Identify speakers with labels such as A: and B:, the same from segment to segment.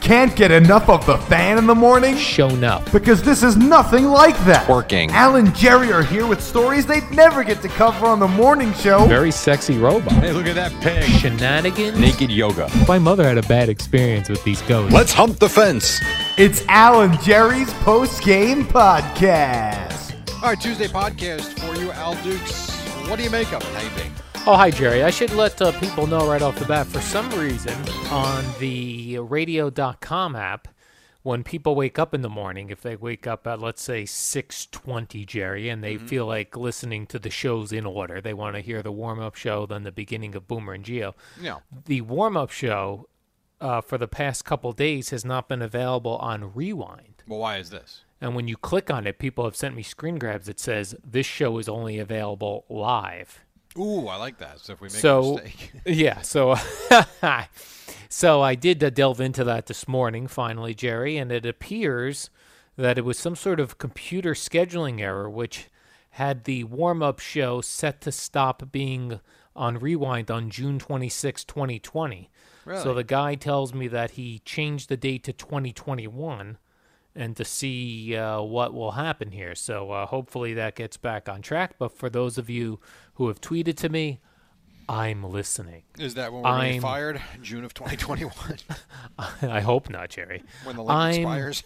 A: Can't get enough of the fan in the morning?
B: shown up.
A: Because this is nothing like that.
C: Working.
A: Al and Jerry are here with stories they'd never get to cover on the morning show.
B: Very sexy robot.
C: Hey, look at that pig.
B: Shenanigans.
C: Naked yoga.
B: My mother had a bad experience with these ghosts.
C: Let's hump the fence.
A: It's Al and Jerry's post game podcast.
D: All right, Tuesday podcast for you, Al Dukes. What do you make of it? How you think?
B: Oh, hi, Jerry. I should let uh, people know right off the bat. For some reason, on the radio.com app, when people wake up in the morning, if they wake up at let's say 6:20, Jerry, and they feel like listening to the shows in order, they want to hear the warm-up show, then the beginning of Boomer and Geo.
D: Yeah.
B: The warm-up show uh, for the past couple days has not been available on Rewind.
D: Well, why is this?
B: And when you click on it, people have sent me screen grabs that says this show is only available live.
D: Ooh, I like that. So if we make a
B: so
D: mistake,
B: yeah, so so I did uh, delve into that this morning finally, Jerry, and it appears that it was some sort of computer scheduling error which had the warm-up show set to stop being on rewind on June 26, 2020. So
D: Really?
B: the guy tells me that he changed the date to 2021 and to see uh, what will happen here. So uh, hopefully that gets back on track. But for those of you who have tweeted to me, I'm listening.
D: is that when we're gonna
B: I'm-
D: get fired? June of 2021,
B: I hope not, Jerry.
D: when the link
B: I'm-
D: expires.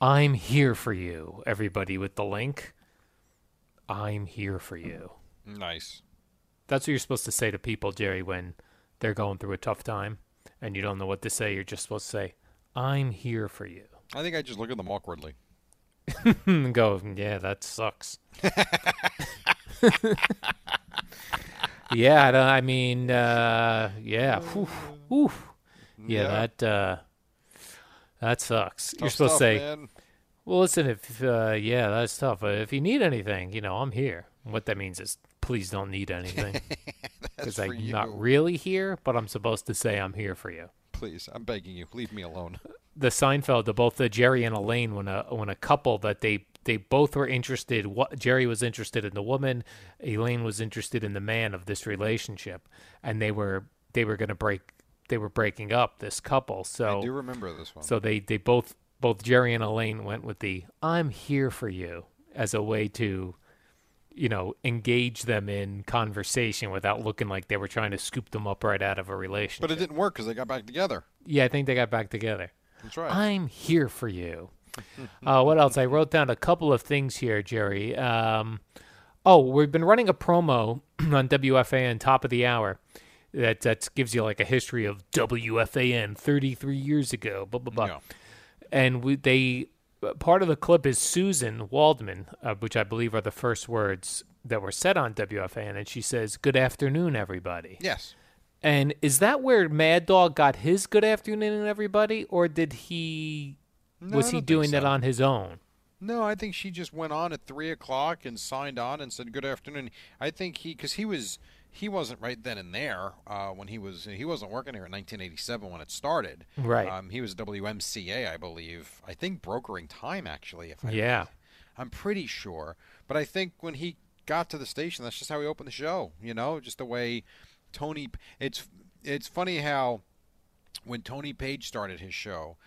B: I'm here for you, everybody with the link. I'm here for you.
D: Nice.
B: That's what you're supposed to say to people, Jerry, when they're going through a tough time and you don't know what to say. You're just supposed to say, I'm here for you. Hmm,
D: I think I just look at them awkwardly.
B: and go, yeah, that sucks. yeah, I don't- I mean, uh, yeah, whew, whew. yeah,
D: Oh. Yeah.
B: that uh, that sucks. You're
D: Tough
B: supposed to
D: stuff,
B: say,
D: man.
B: well, listen, if uh, yeah, that's tough. Uh, if you need anything, you know, I'm here. What that means is, please don't need anything, because
D: for
B: I'm
D: you.
B: not really here, but I'm supposed to say I'm here for you
D: please, I'm begging you, leave me alone.
B: the Seinfeld, the both the Jerry and Elaine, when a when a couple that they they both were interested. What Jerry was interested in the woman, Elaine was interested in the man of
D: Mm-hmm.
B: this relationship, and they were they were going to break. They were breaking up this couple. So
D: I do remember this one.
B: so they they both both Jerry and Elaine went with the "I'm here for you" as a way to, you know, engage them in conversation without looking like they were trying to scoop them up right out of a relationship.
D: but it didn't work because they got back together.
B: yeah, I think they got back together.
D: That's right.
B: I'm here for you. uh, what else? I wrote down a couple of things here, Jerry. Um, oh, we've been running a promo on WFAN top of the hour that that gives you like a history of WFAN 33 years ago. Blah blah blah.
D: Yeah.
B: And we, they uh, part of the clip is Susan Waldman, uh, which I believe are the first words that were said on WFAN, and she says, "Good afternoon, everybody."
D: yes.
B: And is that where Mad Dog got his good afternoon and everybody, or did he
D: No, I
B: was he
D: don't think
B: doing that
D: so.
B: on his own?
D: No, I think she just went on at three o'clock and signed on and said good afternoon. I think he because he was he wasn't right then and there uh, when he was he wasn't working here in 1987 when it started.
B: Right.
D: Um, he was WMCA, I believe. I think brokering time actually. If I
B: Yeah.
D: I'm pretty sure. But I think when he got to the station, that's just how he opened the show. You know, just the way Tony. It's it's funny how when Tony Page started his show.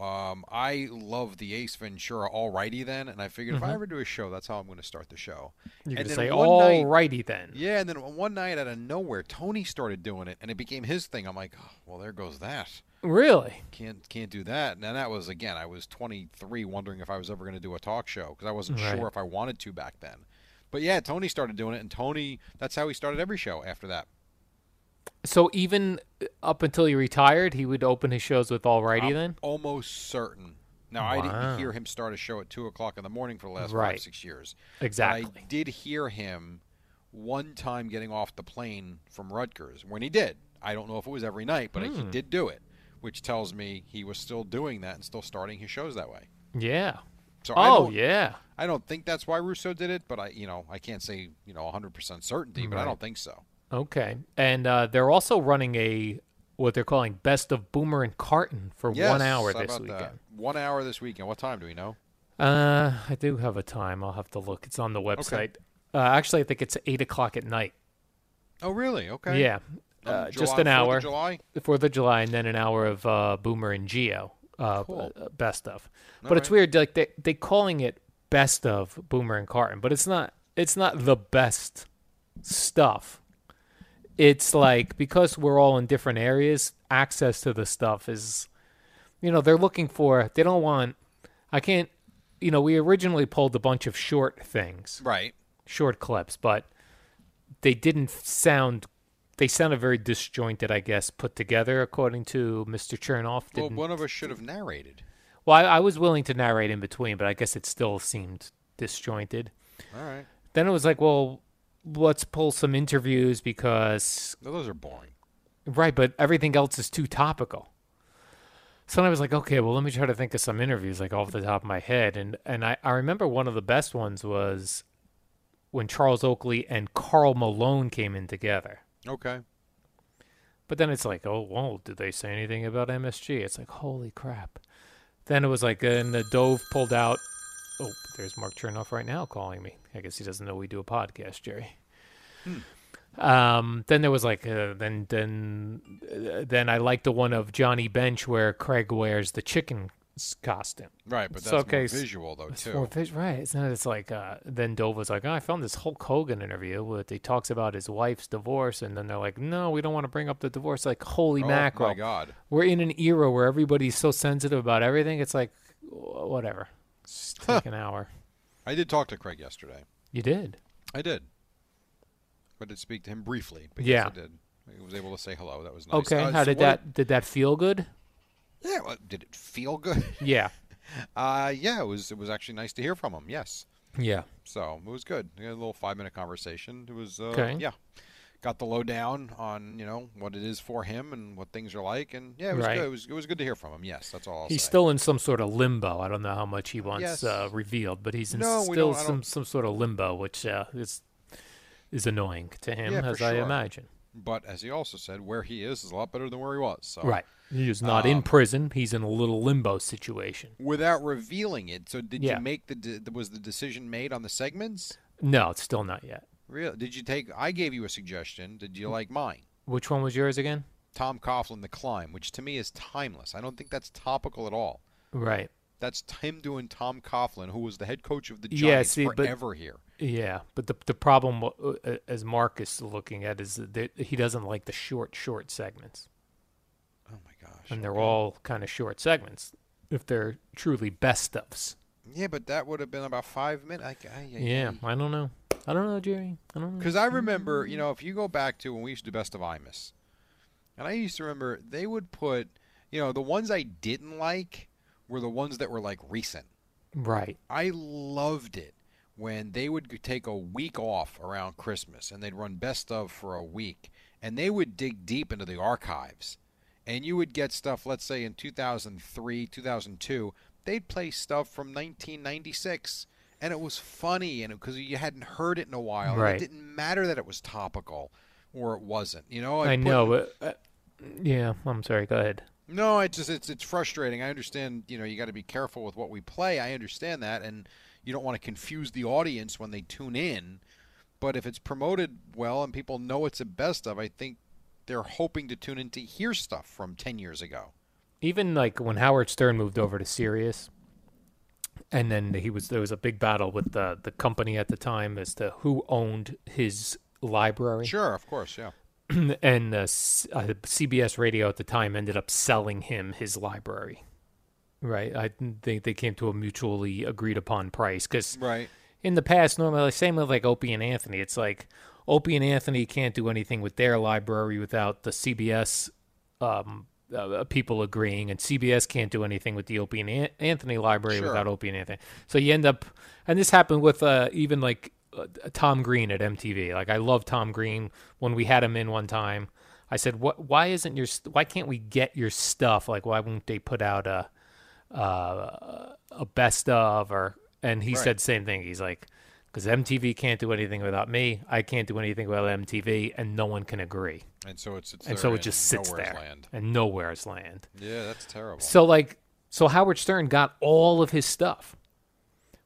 D: Um, I love the Ace Ventura Alrighty then, and I figured if I ever do a show, that's how I'm going to start the show.
B: You
D: and
B: could
D: then
B: Mm-hmm. say,
D: one
B: "All
D: night-
B: righty then."
D: yeah, and then one night out of nowhere, Tony started doing it, and it became his thing. I'm like, oh, well, there goes that.
B: Really?
D: Can't can't do that. And that was again, I was 23, wondering if I was ever going to do a talk show because I wasn't
B: Right.
D: sure if I wanted to back then. But yeah, Tony started doing it, and Tony, that's how he started every show after that.
B: So even uh, up until he retired, he would open his shows with "All righty
D: I'm
B: then."
D: almost certain. Now I
B: Wow.
D: didn't hear him start a show at two o'clock in the morning for the last
B: Right.
D: five six years. But
B: Exactly.
D: I did hear him one time getting off the plane from Rutgers when he did. I don't know if it was every night, but
B: Hmm.
D: he did do it, which tells me he was still doing that and still starting his shows that way.
B: Yeah.
D: So I
B: Oh
D: don't,
B: yeah.
D: I don't think that's why Russo did it, but I you know I can't say you know 100 percent certainty, but I don't think so.
B: Okay. And uh, they're also running a what they're calling "Best of Boomer and Carton" for
D: Yes,
B: one hour
D: how
B: this
D: about that?
B: weekend.
D: One hour this weekend. What time do we know?
B: Uh, I do have a time. I'll have to look. It's on the website. Uh, actually, I think it's eight o'clock at night.
D: Oh really? Okay.
B: Yeah,
D: On
B: uh,
D: Um, July-
B: just
D: 4th
B: an
D: of
B: hour.
D: July.
B: the Fourth of July, and then an hour of uh, Boomer and Geo, uh,
D: Cool.
B: uh, best of. But it's weird, like they they calling it best of Boomer and Carton, but it's not. It's not the best stuff. It's like because we're all in different areas, access to the stuff is, you know, they're looking for. They don't want. I can't. You know, we originally pulled a bunch of short things
D: Right.
B: short clips, but they didn't sound. They sounded very disjointed, I guess, put together, according to Mr. Chernoff.
D: Well,
B: Didn't, well,
D: one of us should have narrated.
B: I, I was willing to narrate in between, but I guess it still seemed disjointed.
D: All right.
B: Then it was like, well, let's pull some interviews because
D: No, those are boring.
B: Right, but everything else is too topical. So then I was like, okay, well, let me try to think of some interviews like off the top of my head. And and I, I remember one of the best ones was when Charles Oakley and Carl Malone came in together.
D: Okay.
B: But then it's like, oh, well, did they say anything about MSG? It's like, holy crap. Then it was like, and the Dove pulled out. Oh, there's Mark Chernoff right now calling me. I guess he doesn't know we do a podcast, Jerry.
D: Hmm.
B: Um, then there was like, uh, then then uh, then I liked the one of Johnny Bench where Craig wears the chicken s- costume.
D: Right, but
B: It's
D: that's
B: okay,
D: more
B: s-
D: visual though
B: It's
D: too.
B: more vis- right? It's not. It's like uh, then Dove was like, oh, I found this Hulk Hogan interview where he talks about his wife's divorce, and then they're like, no, we don't want to bring up the divorce. Like, holy
D: oh
B: mackerel!
D: my god.
B: We're in an era where everybody's so sensitive about everything. It's like, wh- whatever. Just take an hour.
D: I did talk to Craig yesterday.
B: You did.
D: I did. I did speak to him briefly, but
B: Yeah.
D: yes, I did. I was able to say hello. That was nice.
B: Okay.
D: Uh,
B: How
D: so
B: did
D: what-
B: that? Did that feel good?
D: Yeah, well, did it feel good?
B: Yeah.
D: Uh, yeah, it was. It was actually nice to hear from him. Yes,
B: Yeah.
D: so it was good. We had a little five-minute conversation. It was. Uh,
B: Okay.
D: Yeah, got the lowdown on you know what it is for him and what things are like, and yeah, it was
B: Right.
D: good. It was, it was good to hear from him. Yes, that's all. I'll
B: He's
D: say.
B: still in some sort of limbo. I don't know how much he wants
D: Yes.
B: uh, revealed, but he's in
D: No, we
B: still
D: don't- I
B: some
D: don't-
B: some sort of limbo, which uh, is is annoying to him,
D: Yeah, for
B: as I
D: sure.
B: imagine.
D: But as he also said, where he is is a lot better than where he was. So
B: Right. He's not
D: Um,
B: in prison. He's in a little limbo situation.
D: without revealing it. So did
B: Yeah.
D: you make the de- was the decision made on the segments?
B: No, it's still not yet.
D: Real? Did you take? I gave you a suggestion. Did
B: Mm.
D: you like mine?
B: Which one was yours again?
D: Tom Coughlin, the climb, which to me is timeless. I don't think that's topical at all.
B: Right.
D: That's t- him doing Tom Coughlin, who was the head coach of the
B: Yeah,
D: Giants
B: see, but-
D: forever here.
B: Yeah, but the the problem w- uh, as Mark is looking at is that he doesn't like the short short segments,
D: Oh my gosh.
B: and they're all kind of short segments if they're truly best ofs.
D: Yeah, but that would have been about five minutes.
B: Yeah, I don't know. I don't know, Jerry. I don't know.
D: Because I remember, you know, if you go back to when we used to do Best of Imus, and I used to remember they would put, you know, the ones I didn't like were the ones that were like recent.
B: Right.
D: I loved it when they would g- take a week off around Christmas and they'd run best of for a week and they would dig deep into the archives and you would get stuff let's say in 2003 2002 they'd play stuff from 1996 and it was funny and because you hadn't heard it in a while and
B: Right.
D: it didn't matter that it was topical or it wasn't you know
B: I
D: put-
B: know. But, uh, yeah, I'm sorry. Go ahead.
D: no, it's just it's it's frustrating. I understand, you know, you got to be careful with what we play. I understand that, and you don't want to confuse the audience when they tune in. But if it's promoted well and people know it's the best of, I think they're hoping to tune in to hear stuff from ten years ago.
B: Even like when Howard Stern moved over to Sirius, and then he was there was a big battle with the the company at the time as to who owned his library.
D: Sure, of course, yeah.
B: and uh, S- uh, CBS Radio at the time ended up selling him his library. Right, I think they came to a mutually agreed upon price because
D: Right.
B: in the past, normally, same with like Opie and Anthony, it's like, Opie and Anthony can't do anything with their library without the CBS um, uh, people agreeing, and CBS can't do anything with the Opie and An- Anthony library
D: Sure.
B: without Opie and Anthony. So you end up, and this happened with uh, even like uh, Tom Green at MTV. Like I love Tom Green. When we had him in one time, I said, "What? Why isn't your? st- Why can't we get your stuff? Like why won't they put out a?" uh, a best of or and he said same thing he's like because mtv can't do anything without me i can't do anything without mtv and no one can agree
D: And so it sits
B: and
D: there
B: so it
D: in
B: just sits
D: nowhere's
B: there
D: land.
B: and nowhere's land
D: Yeah, that's terrible.
B: so like so howard stern got all of his stuff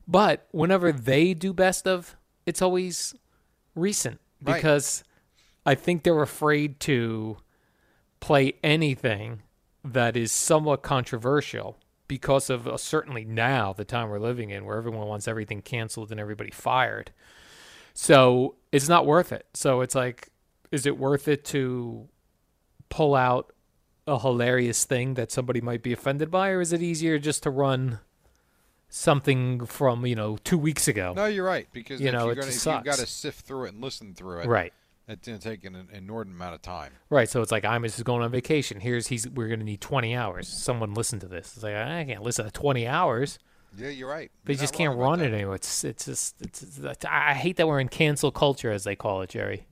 B: but whenever they do best of it's always recent
D: Right.
B: because i think they're afraid to play anything that is somewhat controversial because of uh, certainly now the time we're living in where everyone wants everything canceled and everybody fired so it's not worth it so it's like is it worth it to pull out a hilarious thing that somebody might be offended by or is it easier just to run something from you know two weeks ago
D: no, you're right because
B: You
D: if,
B: know,
D: you're
B: it
D: gonna,
B: just
D: if you've got to
B: sucks.
D: sift through it and listen through it,
B: right
D: It's going to take an inordinate amount of time.
B: Right, so it's like Imus is going on vacation. Here's he's we're gonna need twenty hours. Someone listen to this. It's like I can't listen to twenty hours.
D: Yeah, you're right.
B: They
D: You're
B: just
D: not wrong
B: can't
D: about
B: run
D: that.
B: it anymore. It's it's just it's, it's I I hate that we're in cancel culture as they call it, Jerry.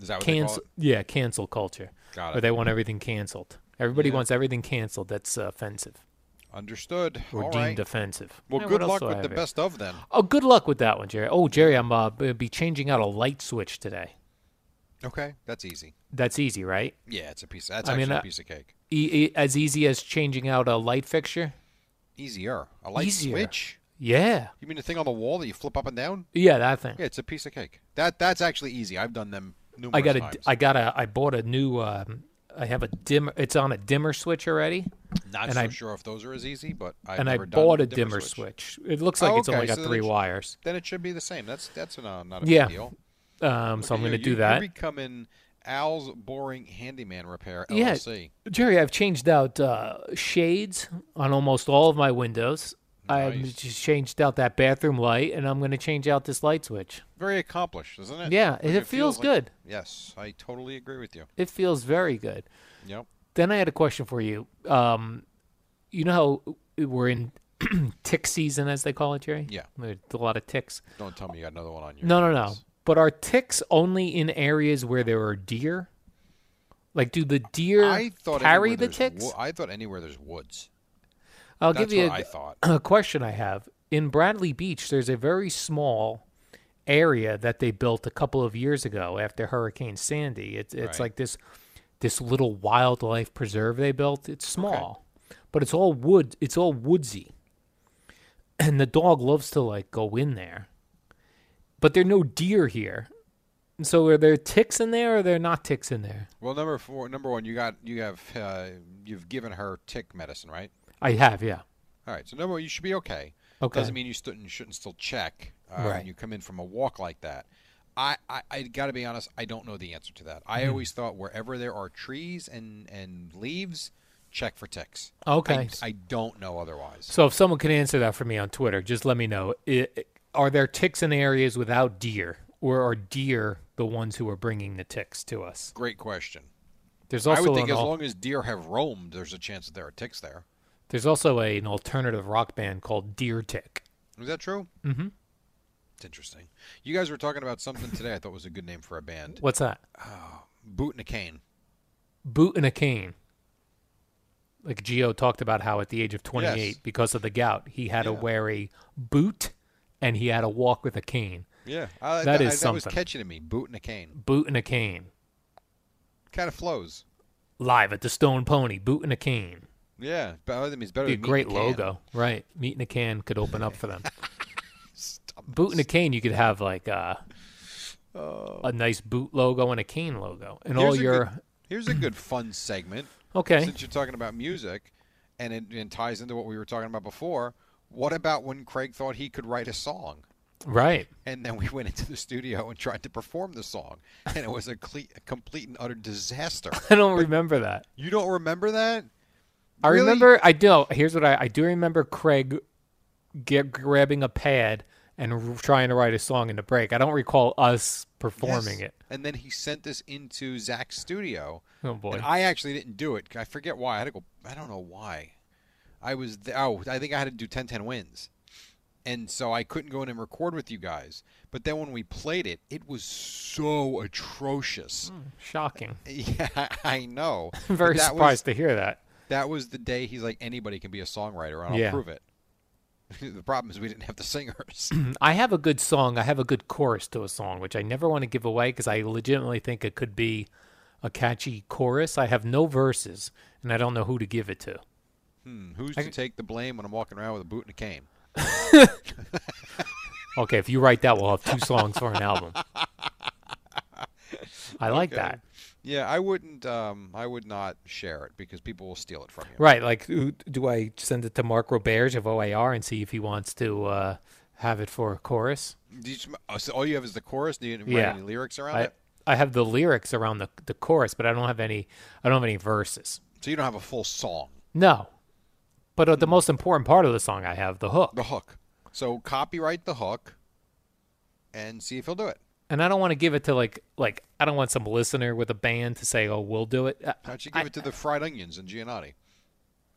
D: Is that what they call
B: Cancel,
D: it?
B: yeah, cancel culture.
D: Got
B: Where
D: it.
B: they want everything canceled. Everybody wants everything canceled. That's uh, offensive
D: Understood.
B: or
D: All
B: deemed
D: right.
B: offensive.
D: well,
B: Eh, what
D: good
B: else
D: luck
B: do I
D: with the
B: have here?
D: best of then.
B: Oh, good luck with that one, Jerry. Oh, Jerry, I'm uh, b- be changing out a light switch today.
D: Okay, that's easy.
B: That's easy, right?
D: Yeah, it's a piece. That's
B: I mean,
D: actually
B: uh,
D: a piece of cake.
B: E- e- as easy as changing out a light fixture.
D: Easier. A light
B: Easier.
D: switch.
B: Yeah,
D: You mean the thing on the wall that you flip up and down?
B: yeah, that thing.
D: Yeah, it's a piece of cake. That that's actually easy. I've done them numerous
B: I got a,
D: times.
B: I got a, I bought a new, um, I have a dimmer. It's on a dimmer switch already,
D: Not
B: and
D: so
B: I-
D: sure if those are as easy, but I've
B: and I
D: never done
B: bought
D: the
B: a dimmer, switch. It looks
D: Oh,
B: like it's only
D: okay,
B: got
D: so then
B: three
D: it sh-
B: wires.
D: Then it should be the same. That's that's not not a
B: Yeah.
D: big deal.
B: Um, so I'm going
D: Look
B: to
D: at you.
B: do
D: You-
B: that.
D: You're becoming Al's boring handyman repair
B: Yeah.
D: LLC.
B: Jerry, I've changed out uh, shades on almost all of my windows.
D: Nice.
B: I've just changed out that bathroom light, and I'm going to change out this light switch.
D: Very accomplished, isn't it?
B: Yeah,
D: Like,
B: it feels
D: like-
B: good.
D: yes, I totally agree with you.
B: It feels very good.
D: Yep.
B: Then I had a question for you. Um, you know how we're in tick season, as they call it, Jerry?
D: Yeah.
B: There's a lot of ticks.
D: Don't tell me you got another one on your.
B: No, no, no.
D: hands.
B: But are ticks only in areas where there are deer? Like, do the deer
D: I thought
B: carry
D: anywhere
B: the
D: there's
B: ticks?
D: wo- I thought anywhere there's woods.
B: I'll
D: That's
B: give you
D: what I
B: a,
D: thought.
B: a question I have. In Bradley Beach, there's a very small area that they built a couple of years ago after Hurricane Sandy. It's it's
D: Right.
B: like this this little wildlife preserve they built. It's small, but it's all wood. It's all woodsy, and the dog loves to like go in there. But there are no deer here. So are there ticks in there, or are there not ticks in there?
D: Well, number four, number one, you got you have uh, you've given her tick medicine, right?
B: I have, yeah.
D: All right, so number one, you should be okay.
B: Okay.
D: Doesn't mean you, stould you shouldn't still check uh,
B: Right.
D: when you come in from a walk like that. I, I, I got to be honest, I don't know the answer to that.
B: Hmm.
D: I always thought wherever there are trees and, and leaves, check for ticks.
B: Okay.
D: I, I don't know otherwise.
B: So if someone can answer that for me on Twitter, just let me know. I are there ticks in areas without deer, or are deer the ones who are bringing the ticks to us?
D: Great question.
B: There's also
D: I would think
B: an
D: as
B: al-
D: long as deer have roamed, there's a chance that there are ticks there.
B: there's also a, an alternative rock band called Deer Tick.
D: Is that true? Mm-hmm. It's interesting. You guys were talking about something today I thought was a good name for a band.
B: What's that?
D: Boot and a Cane.
B: Boot and a cane. Like Geo talked about how at the age of 28,
D: Yes.
B: because of the gout, he had to wear a boot and he had to walk with a cane.
D: Yeah. I,
B: That
D: Uh, that,
B: is
D: that was
B: something.
D: catchy to me. Boot and a Cane.
B: Boot and a cane.
D: Kind of flows.
B: Live at the Stone Pony. Boot and a cane.
D: Yeah, but I think it's better.
B: be a
D: than meat
B: great
D: in a can.
B: logo, right? Meat in a can could open up for them. boot in a cane, you could have like a, a nice boot logo and a cane logo, and all
D: Oh. Here's a
B: your
D: good- here's a good fun segment.
B: okay.
D: Since you're talking about music, and it, and ties into what we were talking about before. What about when Craig thought he could write a song,
B: Right,
D: and then we went into the studio and tried to perform the song, and it was a, cle- a complete and utter disaster.
B: I don't remember that.
D: you don't remember that?
B: I
D: Really?
B: remember. I do. Here's what I, I do remember: Craig get, grabbing a pad and r- trying to write a song in the break. I don't recall us performing
D: Yes.
B: it.
D: And then he sent this into Zach's studio.
B: Oh boy.
D: And I actually didn't do it. I forget why. I had to go. I don't know why. I was th- oh, I think I had to do 10-10 wins, and so I couldn't go in and record with you guys. But then when we played it, it was so atrocious.
B: Shocking.
D: Yeah, I know.
B: I'm Hmm. very
D: But that
B: surprised to
D: Was,
B: hear that.
D: that was the day he's like, anybody can be a songwriter, and I'll
B: Yeah.
D: prove it. the problem is we didn't have the singers.
B: I have a good song. I have a good chorus to a song, which I never want to give away because I legitimately think it could be a catchy chorus. I have no verses, and I don't know who to give it to.
D: Hmm, Who's to take the blame when I'm walking around with a boot and a cane?
B: Okay, if you write that, we'll have two songs for an album. I like that.
D: Yeah, I wouldn't. Um, I would not share it because people will steal it from you.
B: Right. Like, who- do I send it to Mark Roberge of OAR and see if he wants to uh, have it for a chorus?
D: Do you, oh, so all you have is the chorus. Do you write
B: Yeah.
D: any lyrics around
B: I,
D: it?
B: I have the lyrics around the, the chorus, but I don't have any. I don't have any verses.
D: So you don't have a full song,
B: No. But uh, the most important part of the song, I have the hook,
D: the hook. So copyright the hook, and see if he'll do it.
B: and I don't want to give it to like like I don't want some listener with a band to say, "Oh, we'll do it." Uh,
D: How'd you give it to the Fried Onions and Giannotti?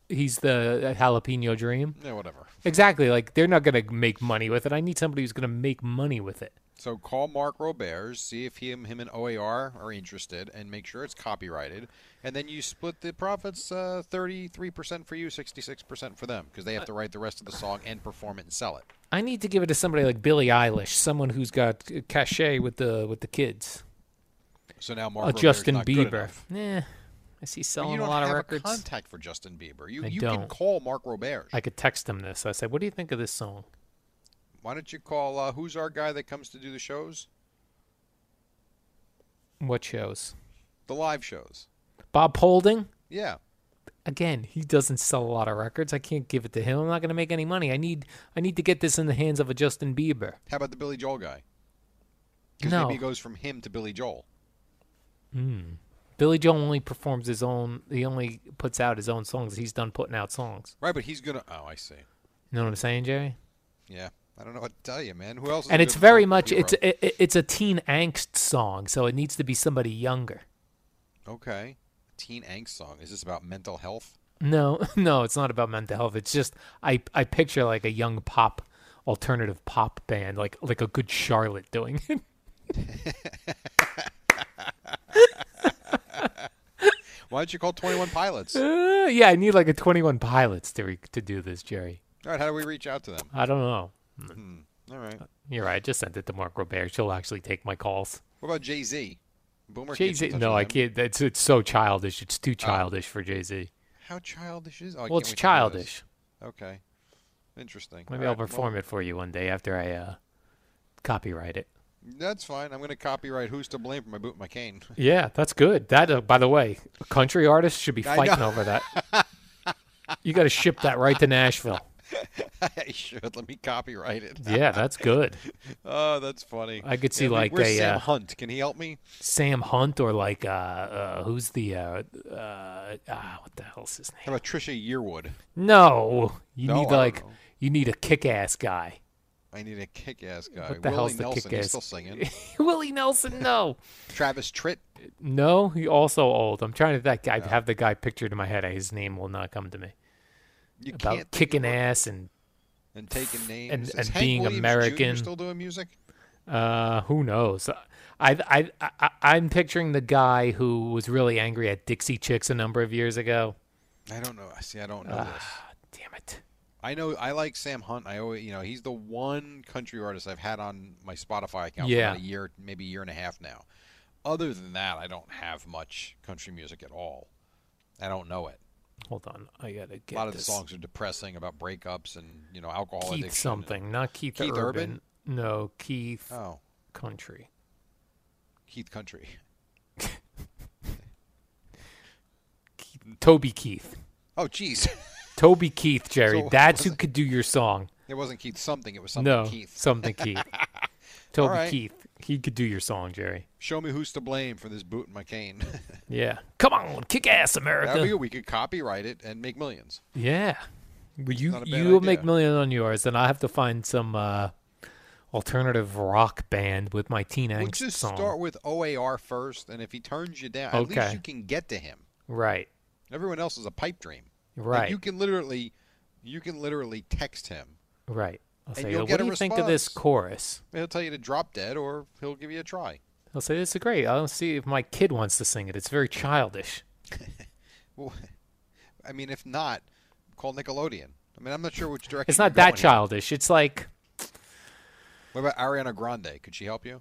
B: he's the uh, jalapeno dream.
D: Yeah, whatever.
B: Exactly. Like they're not gonna make money with it. I need somebody who's gonna make money with it.
D: So call Mark Roberts, see if him, him and OAR are interested, and make sure it's copyrighted. And then you split the profits uh, 33% for you, 66% for them, because they
B: Uh,
D: have to write the rest of the song and perform it and sell it.
B: I need to give it to somebody like Billie Eilish, someone who's got uh, cachet with the with the kids.
D: So now Mark
B: Uh,
D: Robert's
B: Justin
D: not good
B: Bieber.
D: enough.
B: Yeah, I see
D: But
B: selling
D: you don't
B: a lot
D: have
B: of
D: a
B: records.
D: contact for Justin Bieber. You
B: I
D: you can
B: don't.
D: call Mark Robert.
B: I could text him this. I said, "What do you think of this song?"
D: Why don't you call uh, who's our guy that comes to do the shows?
B: What shows?
D: The live shows.
B: Bob Holding.
D: Yeah.
B: again, he doesn't sell a lot of records. I can't give it to him. I'm not going to make any money. I need I need to get this in the hands of a Justin Bieber.
D: How about the Billy Joel guy? Because
B: No.
D: maybe it goes from him to Billy Joel.
B: Billy Joel only performs his own. He only puts out his own songs. He's done putting out songs.
D: Right, but he's gonna. Oh, I see.
B: You know what I'm saying, Jerry?
D: Yeah. I don't know what to tell you, man. Who else? is
B: And
D: a
B: it's
D: good
B: very
D: performer
B: much
D: he
B: it's
D: wrote?
B: it, it- it's a teen angst song, so it needs to be somebody younger.
D: okay. Teen angst song. Is this about mental health?
B: No, no, it's not about mental health. It's just I I picture like a young pop alternative pop band like like a good Charlotte doing it.
D: Why don't you call Twenty One Pilots? All
B: Uh, yeah, I need like a 21 Pilots to re- to do this, Jerry.
D: right. How do we reach out to them?
B: I don't know.
D: All right.
B: You're right. I just sent it to Mark Robert. She'll actually take my calls.
D: What about Jay Z? Boomer.
B: Jay
D: can't
B: Z.
D: you touch
B: No,
D: on
B: I
D: him? Uh,
B: can't. That's it's so childish. It's too childish for Jay Z.
D: How childish is? Oh, I
B: Well, it's
D: can't wait to hear this.
B: childish.
D: Okay. Interesting.
B: Maybe
D: All
B: I'll
D: right, well,
B: perform it for you one day after I uh, copyright it.
D: That's fine. I'm going to copyright Who's to Blame for my boot and my cane.
B: Yeah, that's good. That, uh, by the way, country artists should be
D: I know.
B: fighting over that. you got to ship that right to Nashville.
D: I should. Let me copyright it.
B: Yeah, that's good.
D: Oh, that's funny.
B: I could see,
D: we-
B: like,
D: where's
B: a,
D: Sam
B: uh,
D: Hunt. Can he help me?
B: Sam Hunt or like uh, uh who's the uh, uh, ah, what the hell's his name?
D: How about Trisha Yearwood?
B: No, you
D: No, I
B: need
D: don't
B: like
D: know.
B: you need a kick-ass guy.
D: I need a kick-ass guy.
B: What the
D: Willie
B: hell's the
D: Nelson.
B: kick-ass?
D: He's still singing.
B: Willie Nelson, no.
D: Travis Tritt.
B: No, he also old. I'm trying to that guy have the guy pictured in my head. His name will not come to me.
D: You
B: About
D: can't think
B: kicking
D: of work
B: ass and
D: and taking names
B: and-
D: Is
B: and
D: Hank
B: being
D: Williams Jr.
B: American.
D: Still doing music?
B: uh who knows. I I I I'm picturing the guy who was really angry at Dixie Chicks a number of years ago.
D: I don't know. See, I don't know this.
B: Ah, damn it.
D: I know. I like Sam Hunt. I always, you know, he's the one country artist I've had on my Spotify account
B: Yeah.
D: for about a year, maybe a year and a half now. Other than that, I don't have much country music at all. I don't know it.
B: Hold on. I got to get
D: a lot of the
B: this.
D: songs are depressing about breakups and you know alcohol
B: Keith
D: addiction.
B: something, not Keith,
D: Keith Urban?
B: No, Keith
D: Oh,
B: Country.
D: Keith Country.
B: Toby Keith.
D: Oh, jeez,
B: Toby Keith, Jerry.
D: So what
B: That's
D: was
B: who
D: it?
B: could do your song.
D: it wasn't Keith something. It was something
B: no,
D: Keith.
B: something Keith. Toby
D: right.
B: Keith. He could do your song, Jerry.
D: Show me who's to blame for this boot and my cane.
B: Yeah. Come on, kick ass,
D: That'd
B: America.
D: be good. We could copyright it and make millions.
B: yeah. Well, you
D: not a bad
B: you will make
D: idea.
B: million on yours, and I have to find some uh, alternative rock band with my teen
D: We'll
B: angst
D: just
B: song.
D: start with OAR first, and if he turns you down, at
B: Okay.
D: least you can get to him.
B: right,
D: Everyone else is a pipe dream. Like,
B: right,
D: you can literally, you can literally text him.
B: right. I'll
D: and
B: say,
D: you'll
B: "Uh, what
D: get
B: do
D: a
B: you think of this
D: response."
B: chorus?
D: He'll tell you to drop dead, or he'll give you a try.
B: I'll say, this is great. I'll see if my kid wants to sing it. It's very childish.
D: Well, I mean, if not, call Nickelodeon. I mean, I'm not sure which direction.
B: It's
D: you're
B: not that
D: going here.
B: childish. It's like,
D: What about Ariana Grande? Could she help you?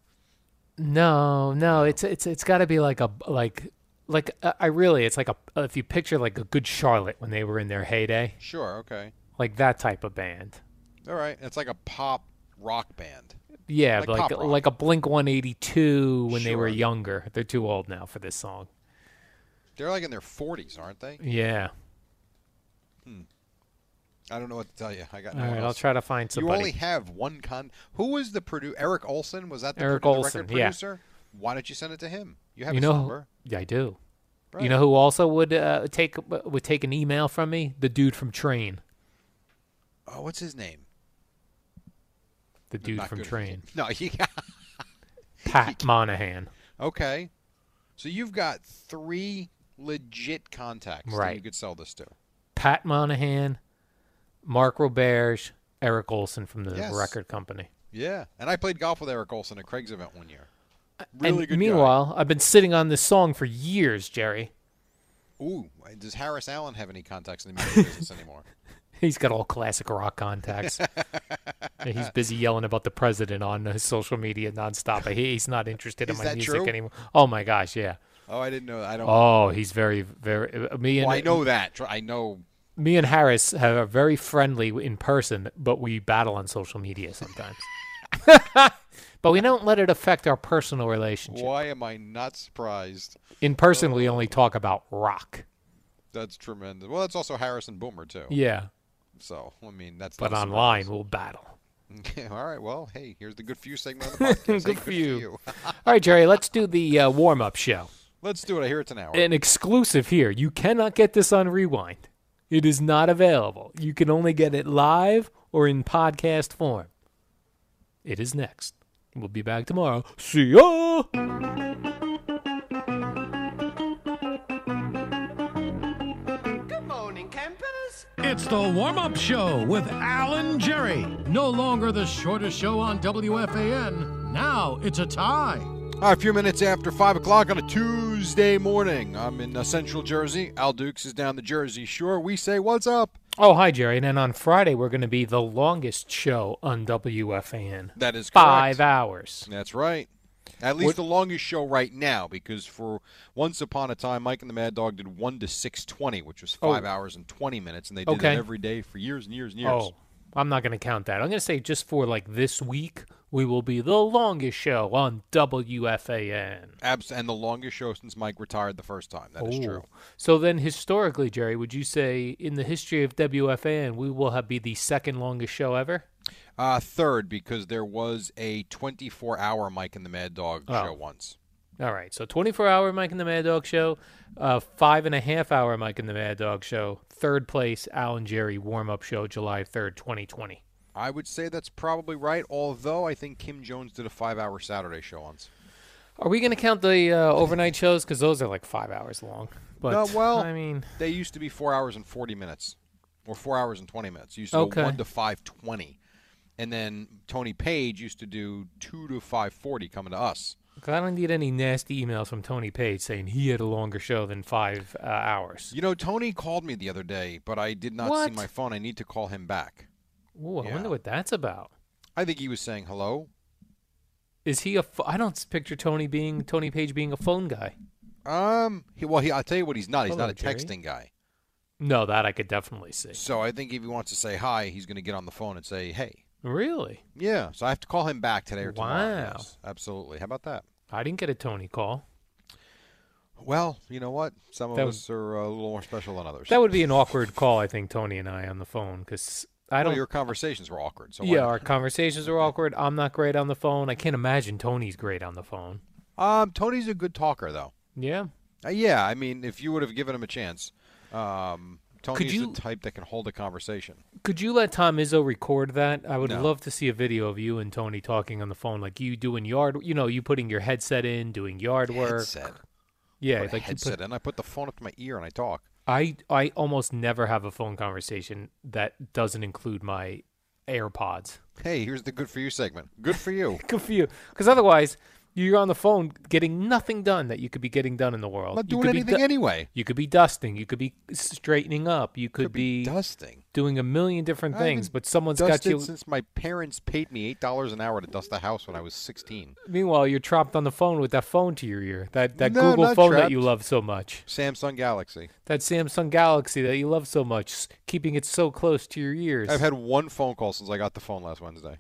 B: no, no. It's it's it's got to be like a like like uh, I really. It's like a if you picture like a good Charlotte when they were in their heyday,
D: Sure. Okay.
B: like that type of band.
D: All right. It's like a pop rock band.
B: Yeah,
D: Like
B: like
D: pop
B: like,
D: rock.
B: a Blink 182 when they were
D: Sure.
B: younger. They're too old now for this song.
D: They're like in their 40s, aren't they?
B: Yeah.
D: I don't know what to tell you. I got.
B: All
D: no one
B: right, I'll
D: else.
B: try to find
D: Oh, You
B: somebody.
D: only have one con. Who was the produ? Eric Olson was that the,
B: Eric
D: produ- the
B: Olson,
D: record
B: yeah.
D: producer? Why don't you send it to him? You have
B: you
D: his
B: know,
D: number.
B: yeah, I do. You
D: Right.
B: know who also would uh, take would take an email from me? The dude from Train.
D: Oh, what's his name?
B: The dude
D: Not
B: from
D: good at
B: Train,
D: it. No, you got.
B: Pat Monahan.
D: Okay. So you've got three legit contacts that you
B: Right.
D: could sell this to.
B: Pat Monahan, Mark Roberge, Eric Olson from the
D: Yes.
B: record company.
D: Yeah. And I played golf with Eric Olson at Craig's event one year.
B: Uh, and
D: Really good guy.
B: meanwhile, I've been sitting on this song for years, Jerry.
D: Ooh, does Harris Allen have any contacts in the music business anymore?
B: He's got all classic rock contacts. And he's busy yelling about the president on his social media nonstop. He- He's not interested in
D: Is
B: my
D: that
B: music
D: true?
B: anymore. Oh my gosh, yeah.
D: Oh, I didn't know. that. I don't.
B: Oh, he's very, very. uh, Me and
D: well, I know that. Tr- I know.
B: me and Harris have are very friendly in person, but we battle on social media sometimes. but we don't let it affect our personal relationship.
D: Why am I not surprised?
B: In person, we only talk about rock.
D: That's tremendous. Well, that's also Harris and Boomer too.
B: Yeah,
D: So I mean, that's.
B: but
D: not a
B: online we'll battle.
D: surprise. All right. Well, hey, here's the good few segment of the podcast. Hey,
B: Good for you. All right, Jerry, let's do the uh, warm up show.
D: Let's do it. I hear it's an hour.
B: An exclusive here. You cannot get this on Rewind. It is not available. You can only get it live or in podcast form. It is next. We'll be back tomorrow. See ya.
E: It's the warm up show with Alan Jerry. No longer the shortest show on WFAN. Now it's a tie.
D: All right, a few minutes after 5 o'clock on a Tuesday morning. I'm in uh, central Jersey. Al Dukes is down the Jersey Shore. We say, What's up?
B: Oh, hi, Jerry. And then on Friday, we're going to be the longest show on WFAN.
D: That is
B: Five
D: correct.
B: hours.
D: That's right. At least the longest show right now, because for once upon a time, Mike and the Mad Dog did 1 to 620, which was 5
B: Oh.
D: hours and 20 minutes, and they did
B: Okay.
D: that every day for years and years and years.
B: Oh, I'm not going to count that. I'm going to say just for like this week, we will be the longest show on WFAN.
D: Abs- and the longest show since Mike retired the first time. That is
B: Ooh.
D: true.
B: So then, historically, Jerry, would you say in the history of WFAN, we will have be the second longest show ever?
D: Uh, third, because there was a 24 hour Mike and the Mad Dog
B: Oh.
D: show once.
B: All right. So 24 hour Mike and the Mad Dog show, uh, five and a half hour Mike and the Mad Dog show, third place Alan Jerry warm up show, July 3rd, 2020.
D: I would say that's probably right, although I think Kim Jones did a five hour Saturday show once.
B: Are we going to count the uh, overnight shows? Because those are like five hours long. But
D: No, well-
B: I mean,
D: They used to be four hours and 40 minutes, or four hours and 20 minutes. Used to
B: Okay.
D: go 1 to 520. And then Tony Page used to do 2 to 540 coming to us.
B: 'cause I don't need any nasty emails from Tony Page saying he had a longer show than five uh, hours.
D: You know, Tony called me the other day, but I did not
B: What?
D: see my phone. I need to call him back.
B: Ooh, I
D: Yeah.
B: wonder what that's about.
D: I think he was saying hello.
B: Is he a? ph- I don't s- picture Tony being Tony Page being a phone guy.
D: Um, he, well, he, I'll tell you what he's not. He's
B: Hello,
D: not a
B: Jerry.
D: texting guy.
B: No, that I could definitely see.
D: So I think if he wants to say hi, he's going to get on the phone and say, hey.
B: Really,
D: Yeah, so I have to call him back today or tomorrow.
B: Wow.
D: yes. absolutely. How about that?
B: I didn't get a Tony call.
D: Well, you know what? Some of
B: That would-
D: us are uh, a little more special than others.
B: That would be an awkward call, I think, Tony and I on the phone because I
D: well,
B: don't.
D: your conversations were awkward. So why
B: yeah,
D: not?
B: our conversations are awkward. I'm not great on the phone. I can't imagine Tony's great on the phone.
D: Um, Tony's a good talker, though.
B: Yeah.
D: Uh, yeah, I mean, if you would have given him a chance, um, Tony
B: Could
D: is
B: you-
D: the type that can hold a conversation.
B: Could you let Tom Izzo record that? I would
D: No.
B: love to see a video of you and Tony talking on the phone, like you doing yard. You know, you putting your headset in, doing yard work.
D: Headset.
B: Yeah,
D: Put a
B: like you
D: headset
B: put,
D: in. I put the phone up to my ear and I talk.
B: I I almost never have a phone conversation that doesn't include my AirPods.
D: Hey, here's the good for you segment. Good for you.
B: Good for you, because otherwise you're on the phone getting nothing done that you could be getting done in the world.
D: I'm not
B: You
D: doing
B: could be
D: anything
B: du-
D: anyway.
B: You could be dusting. You could be straightening up. You could,
D: Could be dusting.
B: doing a million different
D: I haven't
B: things, but someone's got
D: dusted
B: you.
D: since my parents paid me eight dollars an hour to dust the house when I was sixteen.
B: Meanwhile, you're trapped on the phone with that phone to your ear, that that
D: No,
B: Google
D: not
B: phone that you
D: trapped.
B: love so much,
D: Samsung Galaxy.
B: that Samsung Galaxy that you love so much, s- keeping it so close to your ears.
D: I've had one phone call since I got the phone last Wednesday.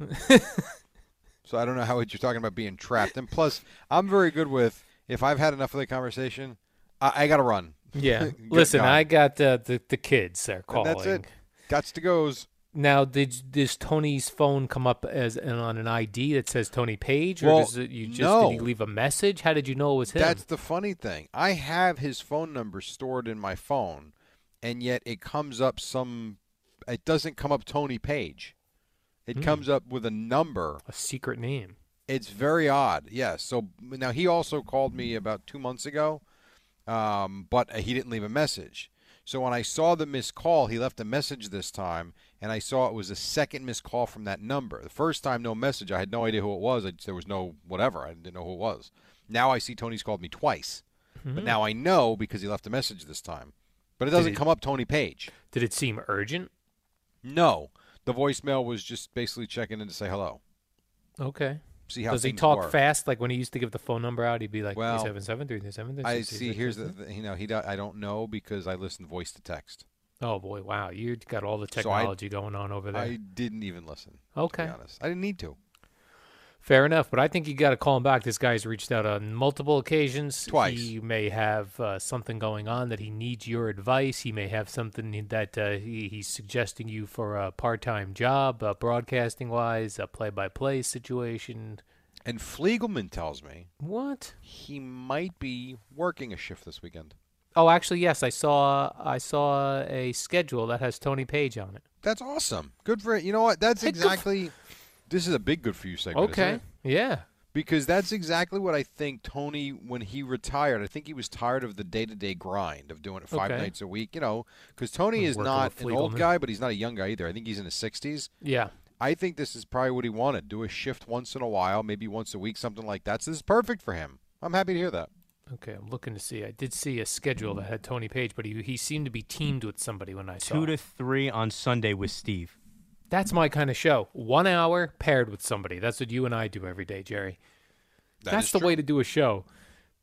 D: so I don't know how you're talking about being trapped. And plus, I'm very good with if I've had enough of the conversation, I, I got to run.
B: yeah.
D: Good
B: Listen,
D: God.
B: I got the, the the kids are
D: And
B: calling.
D: that's it. Gots to goes.
B: Now, did does Tony's phone come up as an, on an ID that says Tony Page, or
D: Well,
B: does it, you just
D: no.
B: did he leave a message? How did you know it was him?
D: That's the funny thing. I have his phone number stored in my phone, and yet it comes up some. It doesn't come up Tony Page. It
B: Hmm.
D: comes up with a number.
B: a secret name.
D: It's very odd. Yes. So now he also called me about two months ago, um, but he didn't leave a message. So when I saw the missed call, he left a message this time, and I saw it was a second missed call from that number. The first time, no message. I had no idea who it was. I, there was no whatever. I didn't know who it was. Now I see Tony's called me twice,
B: Hmm.
D: but now I know because he left a message this time. But it doesn't
B: it-
D: come up Tony Page.
B: Did it seem urgent?
D: No, the voicemail was just basically checking in to say hello.
B: Okay.
D: See how
B: Does he
D: things
B: talk
D: were.
B: fast? Like when he used to give the phone number out, he'd be like,
D: Well,
B: 877
D: I see. Here's the th- you know he do- I don't know because I listen voice to text.
B: Oh boy, wow! You got all the
D: So I-
B: technology going on over there.
D: I didn't even listen.
B: uh, Okay.
D: to be honest, I didn't need to.
B: Fair enough, but I think you got to call him back. This guy's reached out on multiple occasions.
D: Twice.
B: He may have uh, something going on that he needs your advice. He may have something that uh, he, he's suggesting you for a part-time job, uh, broadcasting-wise, a play-by-play situation.
D: And Fliegelman tells me
B: What?
D: he might be working a shift this weekend.
B: Oh, actually, yes. I saw I saw a schedule that has Tony Page on it.
D: That's awesome. Good for it. You know what? That's
B: Hey, good for-
D: exactly. This is a big good for you segment. isn't
B: Okay.
D: it?
B: Yeah.
D: Because that's exactly what I think Tony, when he retired, I think he was tired of the day to day grind of doing it five
B: Okay.
D: nights a week. You know, because Tony
B: Was
D: is
B: working
D: not
B: with
D: an old
B: Fliegelman.
D: guy, but he's not a young guy either. I think he's in his 60s.
B: Yeah.
D: I think this is probably what he wanted. Do a shift once in a while, maybe once a week, something like that. So this is perfect for him. I'm happy to hear that.
B: Okay, I'm looking to see. I did see a schedule that had Tony Page, but he, he seemed to be teamed with somebody when I saw.
F: Two
B: it.
F: to three on Sunday with Steve.
B: That's my kind of show. One hour paired with somebody. That's what you and I do every day, Jerry. That's the way to do a show.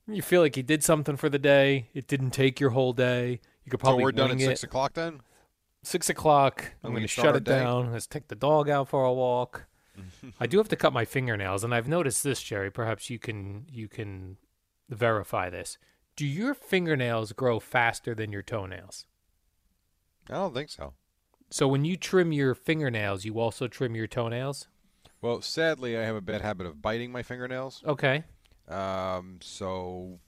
B: You feel like you did something for the day. It didn't take your whole day. You could
D: So
B: probably
D: we're done at
B: wing
D: six
B: it.
D: o'clock then.
B: Six o'clock. I'm
D: we
B: going to
D: can start
B: shut
D: our
B: it
D: day.
B: down. Let's take the dog out for a walk. I do have to cut my fingernails, and I've noticed this, Jerry. Perhaps you can you can verify this. Do your fingernails grow faster than your toenails?
D: I don't think so.
B: So when you trim your fingernails, you also trim your toenails.
D: Well, sadly, I have a bad habit of biting my fingernails.
B: Okay.
D: Um, so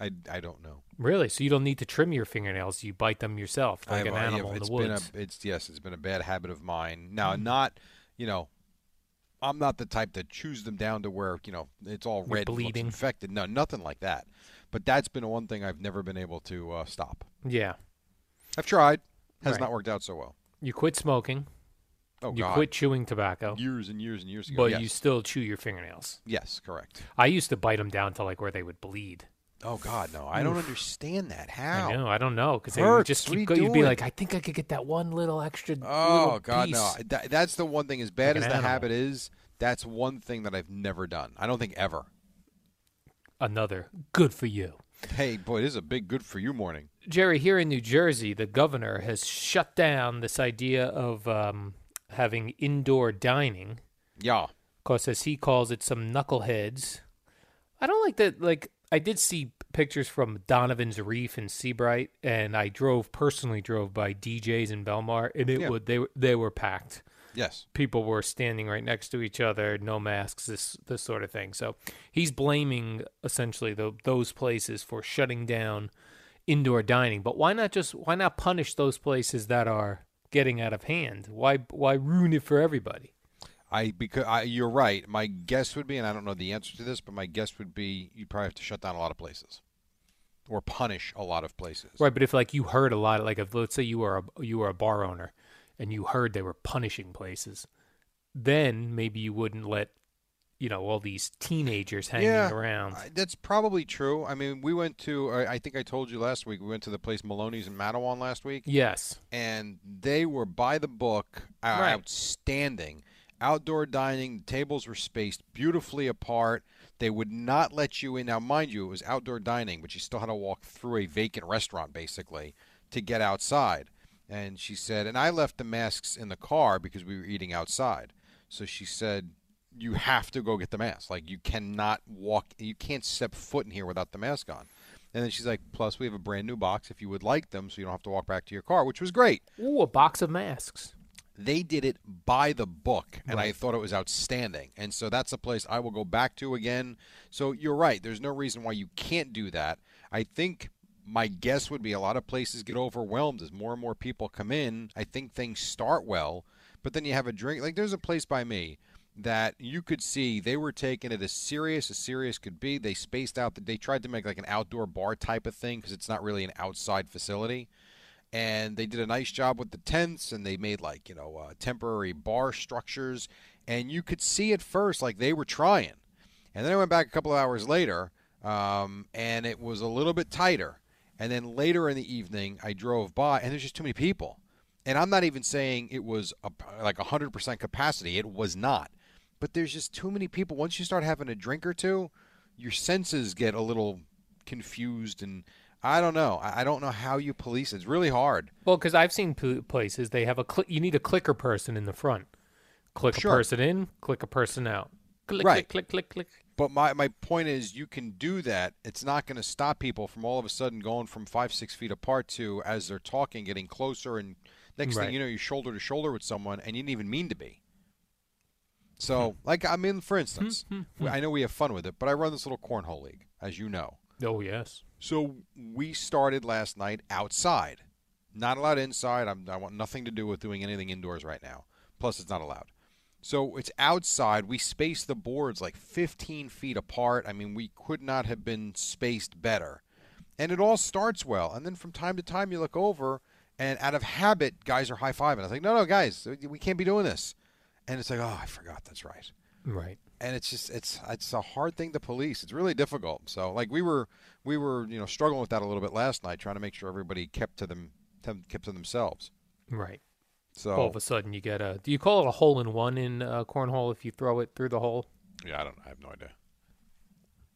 D: I, I don't know.
B: Really? So you don't need to trim your fingernails; you bite them yourself, like
D: I've-
B: an
D: I have-
B: animal in
D: it's
B: the
D: been a-
B: woods. Hmm.
D: it's yes, it's been a bad habit of mine. Now, not you know, I'm not the type that chews them down to where you know it's all
B: You're
D: red, and looks
B: bleeding.
D: infected. No, nothing like that. But that's been one thing I've never been able to uh, stop.
B: yeah.
D: I've tried. Has
B: Right.
D: not worked out so well.
B: You quit smoking.
D: Oh
B: you
D: God!
B: quit chewing tobacco,
D: years and years and years ago.
B: but
D: yes.
B: you still chew your fingernails.
D: yes, correct.
B: I used to bite them down to like where they would bleed.
D: Oh God, no! I don't understand that. How?
B: I know. I don't know because they would
D: Hurts.
B: just
D: What are you
B: keep. go- You'd be
D: doing?
B: like, I think I could get that one little extra.
D: Oh
B: little
D: God, no!
B: piece."
D: That, that's the one thing. As
B: Like
D: bad
B: an
D: as the
B: animal.
D: habit is, that's one thing that I've never done. I don't think ever.
B: Another. Good for you.
D: Hey, boy, this is a big good for you morning.
B: Jerry, here in New Jersey, the governor has shut down this idea of um, having indoor dining
D: Yeah.
B: because, as he calls it, some knuckleheads. I don't like that. Like, I did see pictures from Donovan's Reef in Seabright, and I drove personally drove by DJs in Belmar, and it
D: Yeah.
B: would they were they were packed.
D: Yes.
B: People were standing right next to each other, no masks, this this sort of thing. So he's blaming essentially tho- those places for shutting down indoor dining. But why not just why not punish those places that are getting out of hand? Why why ruin it for everybody?
D: I because I, you're right. My guess would be, and I don't know the answer to this, but my guess would be you probably have to shut down a lot of places, or punish a lot of places.
B: Right, but if like you heard a lot, like if let's say you were a you were a bar owner, and you heard they were punishing places, then maybe you wouldn't let you know all these teenagers hanging
D: yeah,
B: around.
D: I- that's probably true. I mean, we went to. I I think I told you last week. We went to the place Maloney's in Mattawan last week.
B: yes,
D: and they were by the book, uh,
B: Right.
D: outstanding. Outdoor dining, the tables were spaced beautifully apart. They would not let you in. Now, mind you, it was outdoor dining, but you still had to walk through a vacant restaurant basically to get outside. And she said, and I left the masks in the car because we were eating outside. So she said, you have to go get the mask. Like you cannot walk, you can't step foot in here without the mask on. And then she's like, plus we have a brand new box if you would like them, so you don't have to walk back to your car, which was great.
B: ooh, a box of masks.
D: They did it by the book, and I thought it was outstanding. And so that's a place I will go back to again. So you're right. There's no reason why you can't do that. I think my guess would be a lot of places get overwhelmed as more and more people come in. I think things start well, but then you have a drink. Like there's a place by me that you could see they were taking it as serious as serious could be. They spaced out that they tried to make like an outdoor bar type of thing because it's not really an outside facility and they did a nice job with the tents and they made like you know uh, temporary bar structures and you could see at first like they were trying and then i went back a couple of hours later um, and it was a little bit tighter and then later in the evening i drove by and there's just too many people and i'm not even saying it was a, like 100% capacity it was not but there's just too many people once you start having a drink or two your senses get a little confused and I don't know. I I don't know how you police it. It's really hard.
B: Well, because I've seen pl- places they have a cl- you need a clicker person in the front, click
D: Sure.
B: a person in, click a person out, click
D: Right.
B: click click click click.
D: But my, my point is, you can do that. It's not going to stop people from all of a sudden going from five, six feet apart to, as they're talking, getting closer. And next
B: Right.
D: thing you know, you're shoulder to shoulder with someone and you didn't even mean to be. So, like, I mean, for instance, we- I know we have fun with it, but I run this little cornhole league, as you know.
B: Oh yes,
D: So we started last night outside. Not allowed inside. I'm, I want nothing to do with doing anything indoors right now. Plus, it's not allowed. So it's outside. We spaced the boards like 15 feet apart. I mean, we could not have been spaced better. And it all starts well. And then from time to time, you look over, and out of habit, guys are high fiving. I was like, no, no, guys, we can't be doing this. And it's like, oh, I forgot. That's right
B: right.
D: and it's just it's it's a hard thing to police. It's really difficult. So like we were we were you know struggling with that a little bit last night, trying to make sure everybody kept to them tem- kept to themselves.
B: Right. All
D: So
B: of a sudden, you get a. Do you call it a hole in one in uh, cornhole if you throw it through the hole?
D: yeah, I don't I have no idea.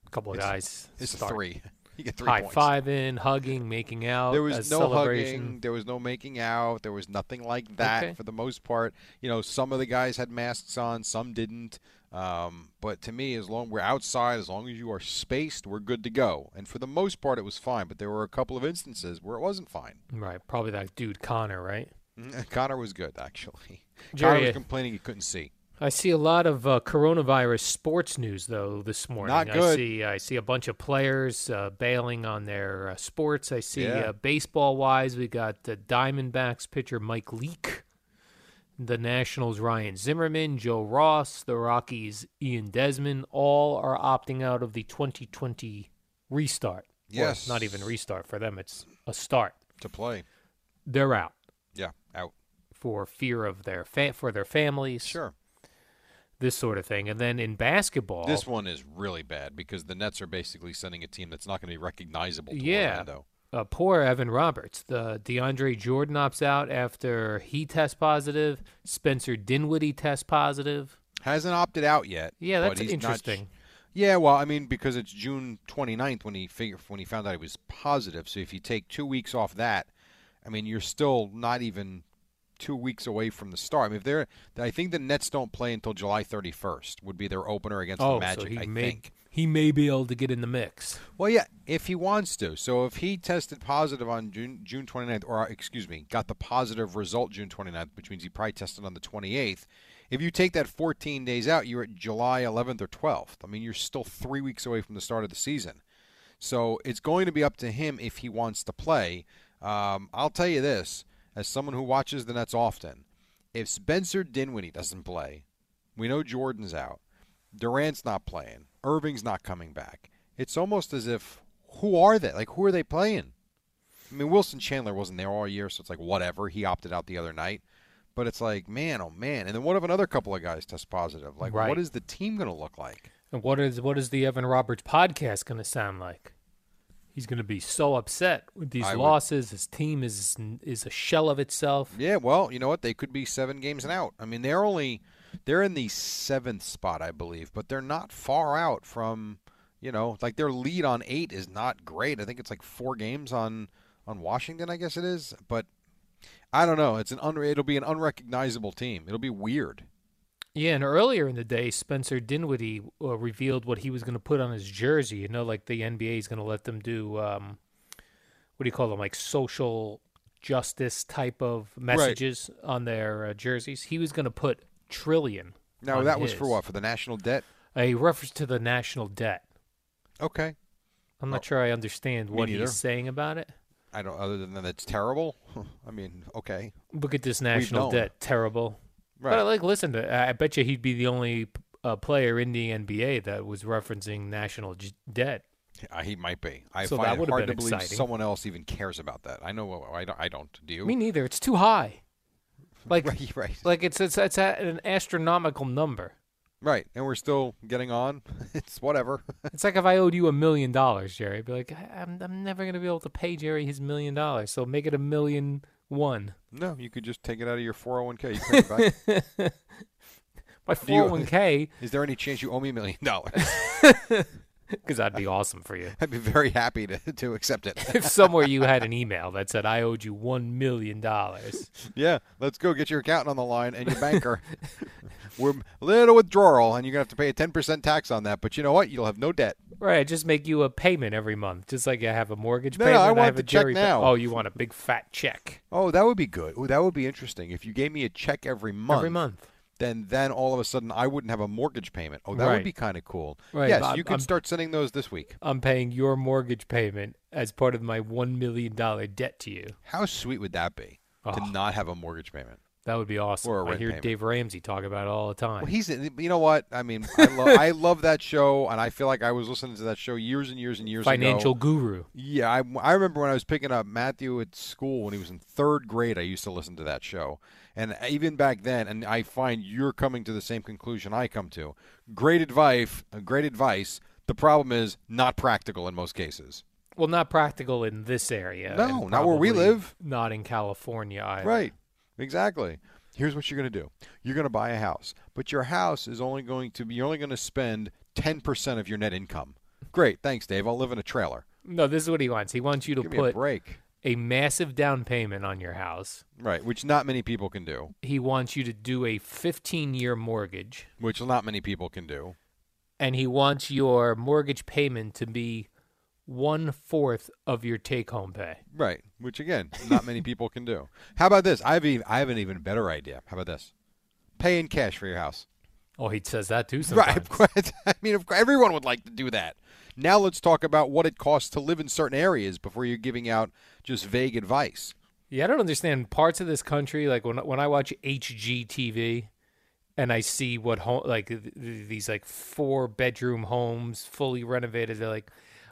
B: A couple of guys.
D: It's
B: start
D: a three. You get three
B: High
D: points.
B: five in, hugging, making out.
D: There
B: a
D: was no
B: celebration.
D: hugging. There was no making out. There was nothing like that
B: Okay.
D: for the most part. You know, some of the guys had masks on, some didn't. Um, but to me, as long we're outside, as long as you are spaced, we're good to go. And for the most part, it was fine. But there were a couple of instances where it wasn't fine.
B: Right. Probably that dude Connor. Right.
D: Mm, Connor was good, actually. Connor
B: Jerry-
D: was complaining he couldn't see.
B: I see a lot of uh, coronavirus sports news though this morning.
D: Not
B: I
D: good.
B: see I see a bunch of players uh, bailing on their uh, sports. I see
D: Yeah.
B: uh, baseball wise, we got uh, Diamondbacks pitcher Mike Leake, the Nationals Ryan Zimmerman, Joe Ross, the Rockies Ian Desmond. All are opting out of the 2020 restart. Well, it's not even
D: Yes.
B: restart for them. It's a start.
D: To play.
B: They're out
D: Yeah, out.
B: for fear of their fa- for their families.
D: Sure.
B: This sort of thing. And then in basketball,
D: This one is really bad because the Nets are basically sending a team that's not going to be recognizable to
B: Yeah.
D: Orlando.
B: uh, poor Evan Roberts. The DeAndre Jordan opts out after he tests positive. Spencer Dinwiddie tests positive.
D: Hasn't opted out yet.
B: Yeah,
D: but
B: that's
D: he's not sh-
B: interesting.
D: yeah, well, I mean, because it's June 29th when he figure, when he found out he was positive. So if you take two weeks off that, I mean, you're still not even two weeks away from the start. I mean, if they're, I think the Nets don't play until July 31st would be their opener against
B: oh,
D: the Magic.
B: so he
D: I
B: may
D: think.
B: he may be able to get in the mix.
D: Well, yeah, if he wants to. So if he tested positive on June June 29th, or uh, excuse me, got the positive result June 29th, which means he probably tested on the 28th. If you take that 14 days out, you're at July 11th or 12th. I mean, you're still three weeks away from the start of the season. So it's going to be up to him if he wants to play. Um, I'll tell you this, as someone who watches the Nets often, if Spencer Dinwiddie doesn't play, we know Jordan's out, Durant's not playing, Irving's not coming back. It's almost as if who are they? Like who are they playing? I mean, Wilson Chandler wasn't there all year, so it's like whatever. He opted out the other night, but it's like man, oh man. And then what if another couple of guys test positive? Like
B: Right.
D: what is the team going to look like?
B: And what is what is the Evan Roberts podcast going to sound like? He's going to be so upset with these
D: I would-
B: losses. His team is is a shell of itself.
D: Yeah, well, you know what? They could be seven games and out. I mean, they're only they're in the seventh spot, I believe, but they're not far out from you know, like their lead on eight is not great. I think it's like four games on on Washington, I guess it is. But I don't know. It's an un- it'll be an unrecognizable team. It'll be weird.
B: Yeah, and earlier in the day, Spencer Dinwiddie uh, revealed what he was going to put on his jersey. You know, like the NBA is going to let them do um, what do you call them, like social justice type of messages on their uh, jerseys. He was going to put trillion.
D: Now
B: on
D: that was for
B: his.
D: what? For the national debt?
B: A reference to the national debt.
D: Okay.
B: I'm not sure I understand what
D: neither.
B: he's saying about it.
D: I don't. Other than that, it's terrible. I mean, okay.
B: Look at this national
D: known.
B: debt, terrible. But like, listen, to, I I bet you he'd be the only uh, player in the NBA that was referencing national j- debt.
D: Uh, he might be. I
B: So that
D: find it
B: would've
D: hard
B: been
D: to believe
B: exciting.
D: someone else even cares about that. I know. I don't. I don't. Do you?
B: Me neither. It's too high. Like,
D: right. Right.
B: like it's it's it's at an astronomical number.
D: Right, and we're still getting on. It's whatever.
B: It's like if I owed you a million dollars, Jerry, I'd be like, I, I'm I'm never gonna be able to pay Jerry his million dollars. So make it a million one.
D: no, you could just take it out of your 401k. You pay it back.
B: My
D: Do you-
B: 401k,
D: Is there any chance you owe me a million dollars?
B: because that'd be awesome for you.
D: I'd be very happy to, to accept it.
B: If somewhere you had an email that said I owed you one million dollars,
D: yeah, let's go get your accountant on the line and your banker. we're little withdrawal, and you're gonna have to pay a 10% tax on that. But you know what? You'll have no debt.
B: right? Just make you a payment every month, just like I have a mortgage
D: No, no,
B: payment.
D: I want
B: have
D: the
B: a
D: check
B: Jerry pay-
D: now.
B: oh, you want a big fat check
D: Oh, that would be good. Oh, that would be interesting. If you gave me a check every month,
B: every month?
D: then then all of a sudden I wouldn't have a mortgage payment. Oh, that
B: Right.
D: would be kind of cool.
B: Right,
D: yes,
B: but
D: you can
B: I'm-
D: start sending those this week.
B: I'm paying your mortgage payment as part of my one million dollar debt to you.
D: How sweet would that be
B: Oh.
D: to not have a mortgage payment?
B: That would be awesome.
D: Or a
B: I
D: rent
B: hear
D: payment.
B: Dave Ramsey talk about it all the time.
D: Well, he's you know what I mean. I, lo- I love that show, and I feel like I was listening to that show years and years and years
B: Financial
D: ago.
B: guru.
D: Yeah, I, I remember when I was picking up Matthew at school when he was in third grade. I used to listen to that show, and even back then, and I find you're coming to the same conclusion I come to. Great advice, uh, great advice. The problem is not practical in most cases.
B: Well, not practical in this area.
D: No,
B: and
D: not where we
B: probably
D: live.
B: Not in California either.
D: Right. Exactly. Here's what you're going to do. You're going to buy a house, but your house is only going to be you're only going to spend 10% of your net income. Great. Thanks, Dave. I'll live in a trailer.
B: No, this is what he wants. He wants you to
D: Give me a
B: put
D: break.
B: a massive down payment on your house.
D: Right, which not many people can do,
B: He wants you to do a 15 year mortgage.
D: which not many people can do.
B: and he wants your mortgage payment to be one fourth of your take home pay.
D: Right, which again, not many people can do. How about this? I've even, I have an even better idea. How about this? Pay in cash for your house.
B: Oh, he says that too sometimes.
D: Right. Of course. I mean, of course, everyone would like to do that. Now let's talk about what it costs to live in certain areas before you're giving out just vague advice.
B: Yeah, I don't understand parts of this country. Like when when I watch HGTV, and I see what home like th- th- these like four bedroom homes fully renovated. They're like,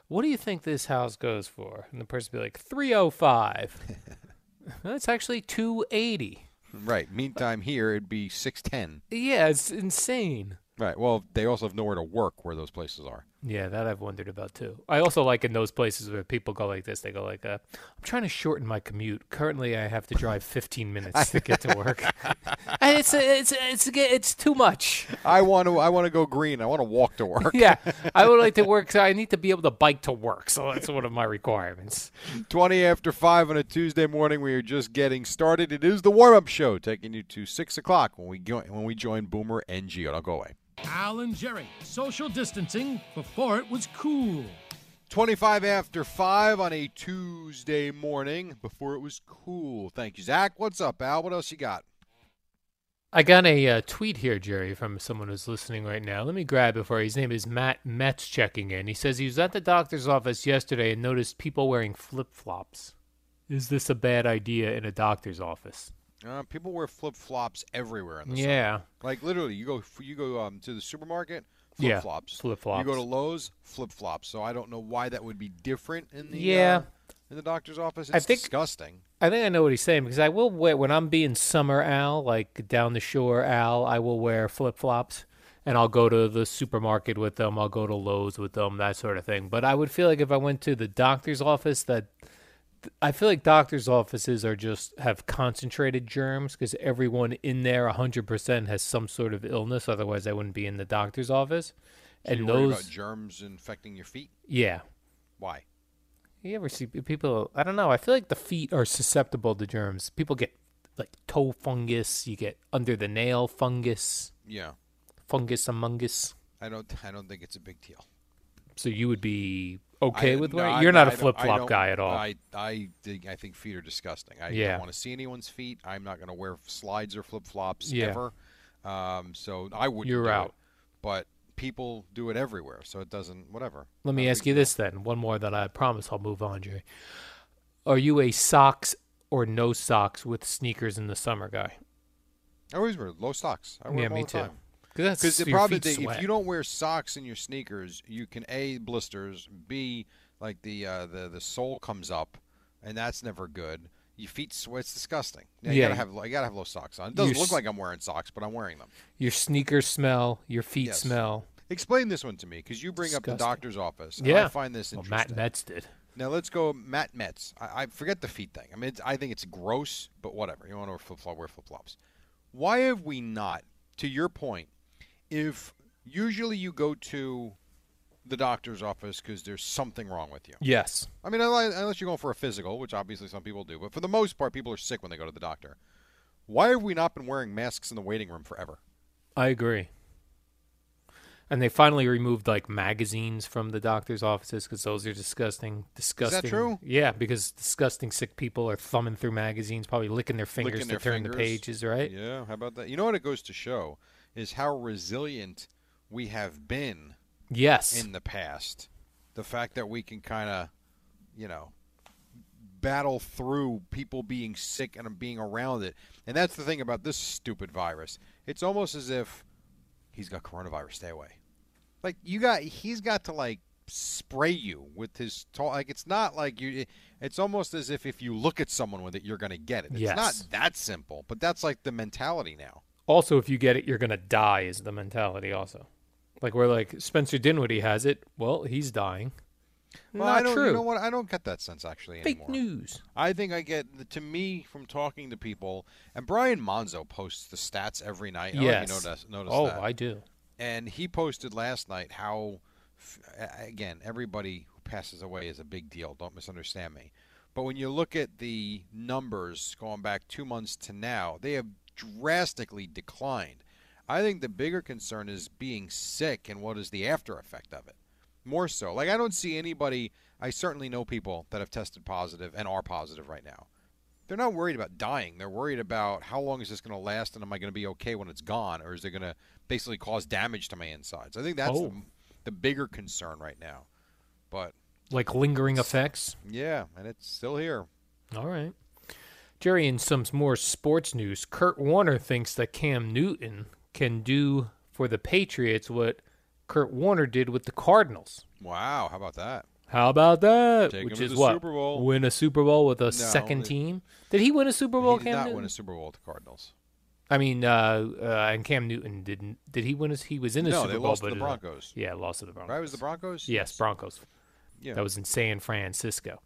B: "What do you think this house goes for?" And the person be like, 305 That's actually two eighty.
D: Right. Meantime, here it'd be six ten.
B: Yeah, it's insane.
D: Right. Well, they also have nowhere to work where those places are.
B: Yeah, that I've wondered about too. I also like in those places where people go like this. They go like, uh, "I'm trying to shorten my commute. Currently, I have to drive 15 minutes to get to work, and it's it's it's it's too much."
D: I want to. I want to go green. I want to walk to work.
B: Yeah, I would like to work. So I need to be able to bike to work. So that's one of my requirements.
D: Twenty after five on a Tuesday morning. We are just getting started. It is the warm up show, taking you to six o'clock when we go, when we join Boomer and Geo. I'll go away.
E: Alan Jerry, social distancing before it was cool.
D: 25 after 5 on a Tuesday morning before it was cool. Thank you, Zach. What's up, Al? What else you got?
B: I got a uh, tweet here, Jerry, from someone who's listening right now. Let me grab it for you. His name is Matt Metz checking in. He says he was at the doctor's office yesterday and noticed people wearing flip flops. Is this a bad idea in a doctor's office?
D: Uh, people wear flip flops everywhere in the summer.
B: Yeah.
D: Like literally, you go you go um, to the supermarket,
B: Yeah,
D: flip flops. You go
B: flip-flops.
D: to Lowe's, flip flops. So I don't know why that would be different in the
B: Yeah.
D: uh, in the doctor's office. It's
B: I think-
D: disgusting.
B: I think I know what he's saying because I will wear, when I'm being summer Al, like down the shore Al, I will wear flip flops and I'll go to the supermarket with them. I'll go to Lowe's with them, that sort of thing. But I would feel like if I went to the doctor's office, that I feel like doctor's offices are just have concentrated germs because everyone in there 100% has some sort of illness. Otherwise, I wouldn't be in the doctor's office.
D: you
B: And
D: worry about
B: those,
D: germs infecting your feet.
B: yeah,
D: Why?
B: you ever see pe- people? I don't know. I feel like the feet are susceptible to germs. People get like toe fungus. You get under the nail fungus,
D: Yeah,
B: fungus amongus.
D: I don't I don't think it's a big deal.
B: So you would be okay
D: I-
B: with
D: no,
B: wearing.
D: I-
B: You're not a
D: I don't-
B: flip
D: I
B: flop
D: don't-
B: guy at all.
D: I I think I think feet are disgusting. I
B: Yeah.
D: don't want to see anyone's feet. I'm not going to wear slides or flip flops
B: Yeah.
D: ever. Um, so I wouldn't.
B: You're
D: do it.
B: out.
D: But people do it everywhere, so it doesn't. Whatever.
B: Let me ask you this then. One more that I promise I'll move on, Jerry. Are you a socks or no socks with sneakers in the summer guy?
D: I always wear low socks. I wear
B: Yeah,
D: them all
B: me
D: the
B: too.
D: time.
B: Because
D: Because
B: that's
D: the
B: your
D: problem
B: feet
D: is that
B: sweat.
D: if you don't wear socks in your sneakers, you can a blisters, b like the uh, the the sole comes up, and that's never good. Your feet sweat. It's disgusting. Yeah, you
B: Yeah.
D: gotta have I gotta have low socks on. It doesn't
B: Your
D: look
B: s-
D: like I'm wearing socks, but I'm wearing them.
B: your sneakers smell, your feet
D: Yes.
B: smell.
D: Explain this one to me, because you bring up the
B: Disgusting.
D: doctor's office. and
B: Yeah,
D: I find this
B: Well, Matt
D: interesting.
B: Metz did.
D: Now let's go Matt Metz. I, I forget the feet thing. I mean, it's, I think it's gross, but whatever. You want to wear flip flop, wear flip flops. Why have we not, to your point, if usually you go to the doctor's office because there's something wrong with you?
B: Yes.
D: I mean, unless unless you're going for a physical, which obviously some people do, but for the most part, people are sick when they go to the doctor. Why have we not been wearing masks in the waiting room forever?
B: I agree. And they finally removed like magazines from the doctor's offices because those are disgusting. Disgusting.
D: true?
B: Yeah, because disgusting sick people are thumbing through magazines, probably licking their fingers
D: Licking
B: to
D: their
B: turn the
D: fingers.
B: pages, right?
D: Yeah, how about that? You know what it goes to show is how resilient we have been
B: Yes.
D: in the past. The fact that we can kind of, you know, battle through people being sick and being around it. And that's the thing about this stupid virus. It's almost as if he's got coronavirus. Stay away. Like you got, he's got to like spray you with his tall. Like it's not like you. It's almost as if if you look at someone with it, you're gonna get it. It's
B: Yes.
D: not that simple, but that's like the mentality now.
B: also, if you get it, you're going to die, is the mentality also. Like, we're like, Spencer Dinwiddie has it. Well, he's dying.
D: Well,
B: Not
D: I don't,
B: true.
D: You know what? I don't get that sense actually
B: Fake
D: anymore.
B: news.
D: I think I get the, to me from talking to people, and Brian Monzo posts the stats every night. I don't know
B: yes.
D: if you notice, notice
B: oh,
D: that.
B: I do.
D: and he posted last night how, f- a- again, everybody who passes away is a big deal. Don't misunderstand me, but when you look at the numbers going back two months to now, they have drastically declined. I think the bigger concern is being sick and what is the after effect of it. More so, like I don't see anybody. I certainly know people that have tested positive and are positive right now they're not worried about dying. They're worried about how long is this going to last, and am I going to be okay when it's gone, or is it going to basically cause damage to my insides? I think that's the,
B: Oh.
D: the bigger concern right now. But
B: Like, lingering effects.
D: yeah, and it's still here.
B: All right. Jerry, in some more sports news, Kurt Warner thinks that Cam Newton can do for the Patriots what Kurt Warner did with the Cardinals.
D: Wow, how about that?
B: How about that?
D: Take him
B: Which
D: to
B: is
D: the
B: what?
D: Super Bowl.
B: Win a Super Bowl with a second
D: they-
B: team? Did he win a Super Bowl?
D: he did
B: Cam
D: not
B: Newton?
D: win a Super Bowl with the Cardinals.
B: I mean, uh, uh, and Cam Newton didn't. Did he win? A, he was in a
D: No,
B: Super
D: they
B: Bowl,
D: lost to
B: but
D: the
B: it-
D: Broncos.
B: Yeah, lost to the Broncos.
D: Right? It was the Broncos?
B: Yes, Broncos.
D: Yeah.
B: That was in San Francisco.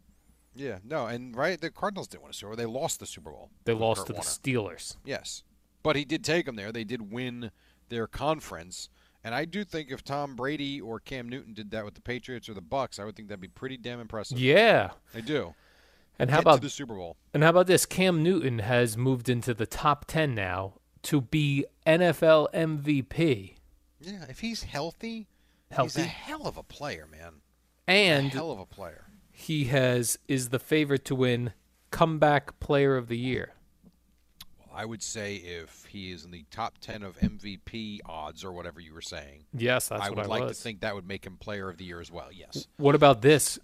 D: yeah. No, and right, the Cardinals didn't win a Super Bowl. They lost the Super Bowl.
B: They
D: with
B: lost
D: Kurt
B: to the
D: Warner.
B: Steelers.
D: Yes. But he did take them there. They did win their conference. And I do think if Tom Brady or Cam Newton did that with the Patriots or the Bucks, I would think that'd be pretty damn impressive.
B: Yeah.
D: I do.
B: And how
D: Get
B: about
D: to the Super Bowl?
B: And how about this? Cam Newton has moved into the top 10 now to be NFL MVP.
D: Yeah, if he's healthy, he's
B: Healthy.
D: a hell of a player, man.
B: And
D: hell of a player.
B: he has is the favorite to win comeback player of the year.
D: Well, I would say if he is in the top 10 of MVP odds or whatever you were saying,
B: Yes, that's
D: I
B: what
D: would like
B: was.
D: to think that would make him player of the year as well. Yes.
B: What about this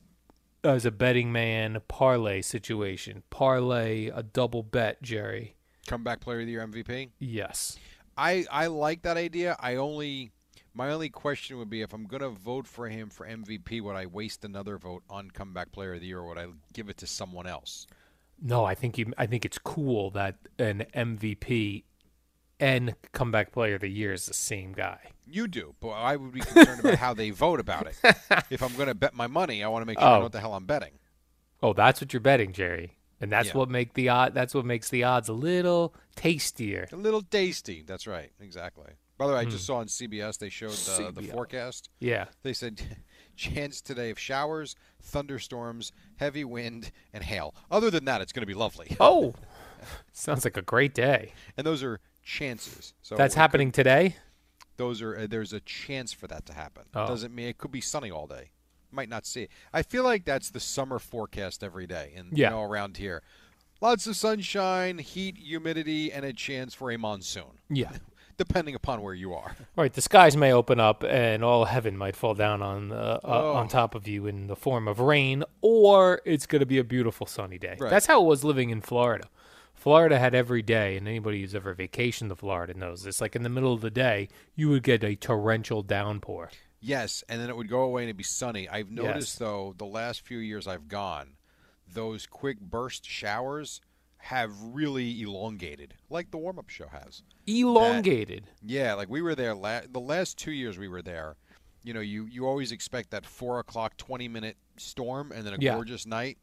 B: as a betting man parlay situation? Parlay a double bet, Jerry.
D: Comeback player of the year MVP.
B: Yes.
D: I I like that idea. I only my only question would be if I'm going to vote for him for MVP, would I waste another vote on comeback player of the year or would I give it to someone else?
B: No, I think you I think it's cool that an MVP and comeback player of the year is the same guy.
D: You do, but I would be concerned about how they vote about it. If I'm going to bet my money, I want to make sure I
B: Oh.
D: know what the hell I'm betting.
B: Oh, that's what you're betting, Jerry. And that's
D: Yeah.
B: what make the odd that's what makes the odds a little tastier.
D: A little tasty. That's right. Exactly. By the way, I
B: Hmm.
D: just saw on CBS they showed uh, the, the forecast.
B: Yeah.
D: They said chance today of showers, thunderstorms, heavy wind, and hail. Other than that, it's going to be lovely.
B: Oh. Sounds like a great day.
D: And those are chances. So
B: That's
D: it could-
B: happening today?
D: Those are uh, there's a chance for that to happen.
B: Oh.
D: Doesn't mean it could be sunny all day. Might not see. It. I feel like that's the summer forecast every day, and
B: Yeah.
D: you know around here, lots of sunshine, heat, humidity, and a chance for a monsoon,
B: Yeah.
D: depending upon where you are.
B: All right, the skies may open up and all heaven might fall down on uh, uh, on top of you in the form of rain, or it's going to be a beautiful sunny day.
D: Right.
B: That's how it was living in Florida. Florida had every day, and anybody who's ever vacationed to Florida knows this. Like in the middle of the day, you would get a torrential downpour.
D: Yes, and then it would go away and it'd be sunny. I've noticed
B: Yes.
D: though the last few years I've gone, those quick burst showers have really elongated, like the warm up show has.
B: Elongated.
D: Yeah, like we were there la- the last two years we were there. You know, you you always expect that four o'clock twenty minute storm and then a
B: Yeah.
D: gorgeous night.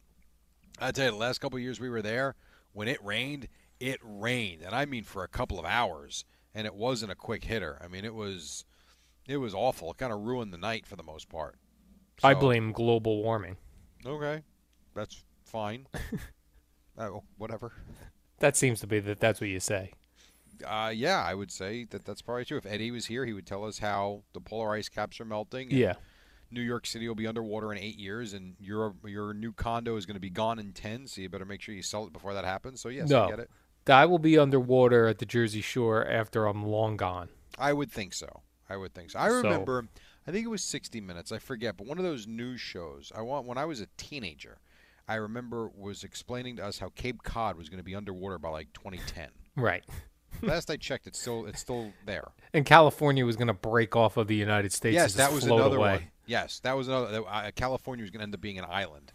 D: I tell you, the last couple of years we were there, when it rained, it rained, and I mean for a couple of hours, and it wasn't a quick hitter. I mean, it was it was awful. It kind of ruined the night for the most part.
B: I
D: So-
B: blame global warming.
D: Okay, that's fine. oh, whatever.
B: That seems to be that. That's what you say.
D: Uh, yeah, I would say that that's probably true. If Eddie was here, he would tell us how the polar ice caps are melting. and
B: Yeah.
D: New York City will be underwater in eight years, and your your new condo is going to be gone in ten. So you better make sure you sell it before that happens. So yes, I
B: no.
D: get it.
B: I will be underwater at the Jersey Shore after I'm long gone.
D: I would think so. I would think so. I
B: So-
D: remember. I think it was 60 Minutes. I forget, but one of those news shows. I want when I was a teenager. I remember was explaining to us how Cape Cod was going to be underwater by like 2010.
B: Right.
D: Last I checked, it's still it's still there.
B: And California was going to break off of the United States.
D: yes,
B: and just
D: that was
B: float
D: another
B: away.
D: one. Yes, that was another. that- Uh, California was going to end up being an island,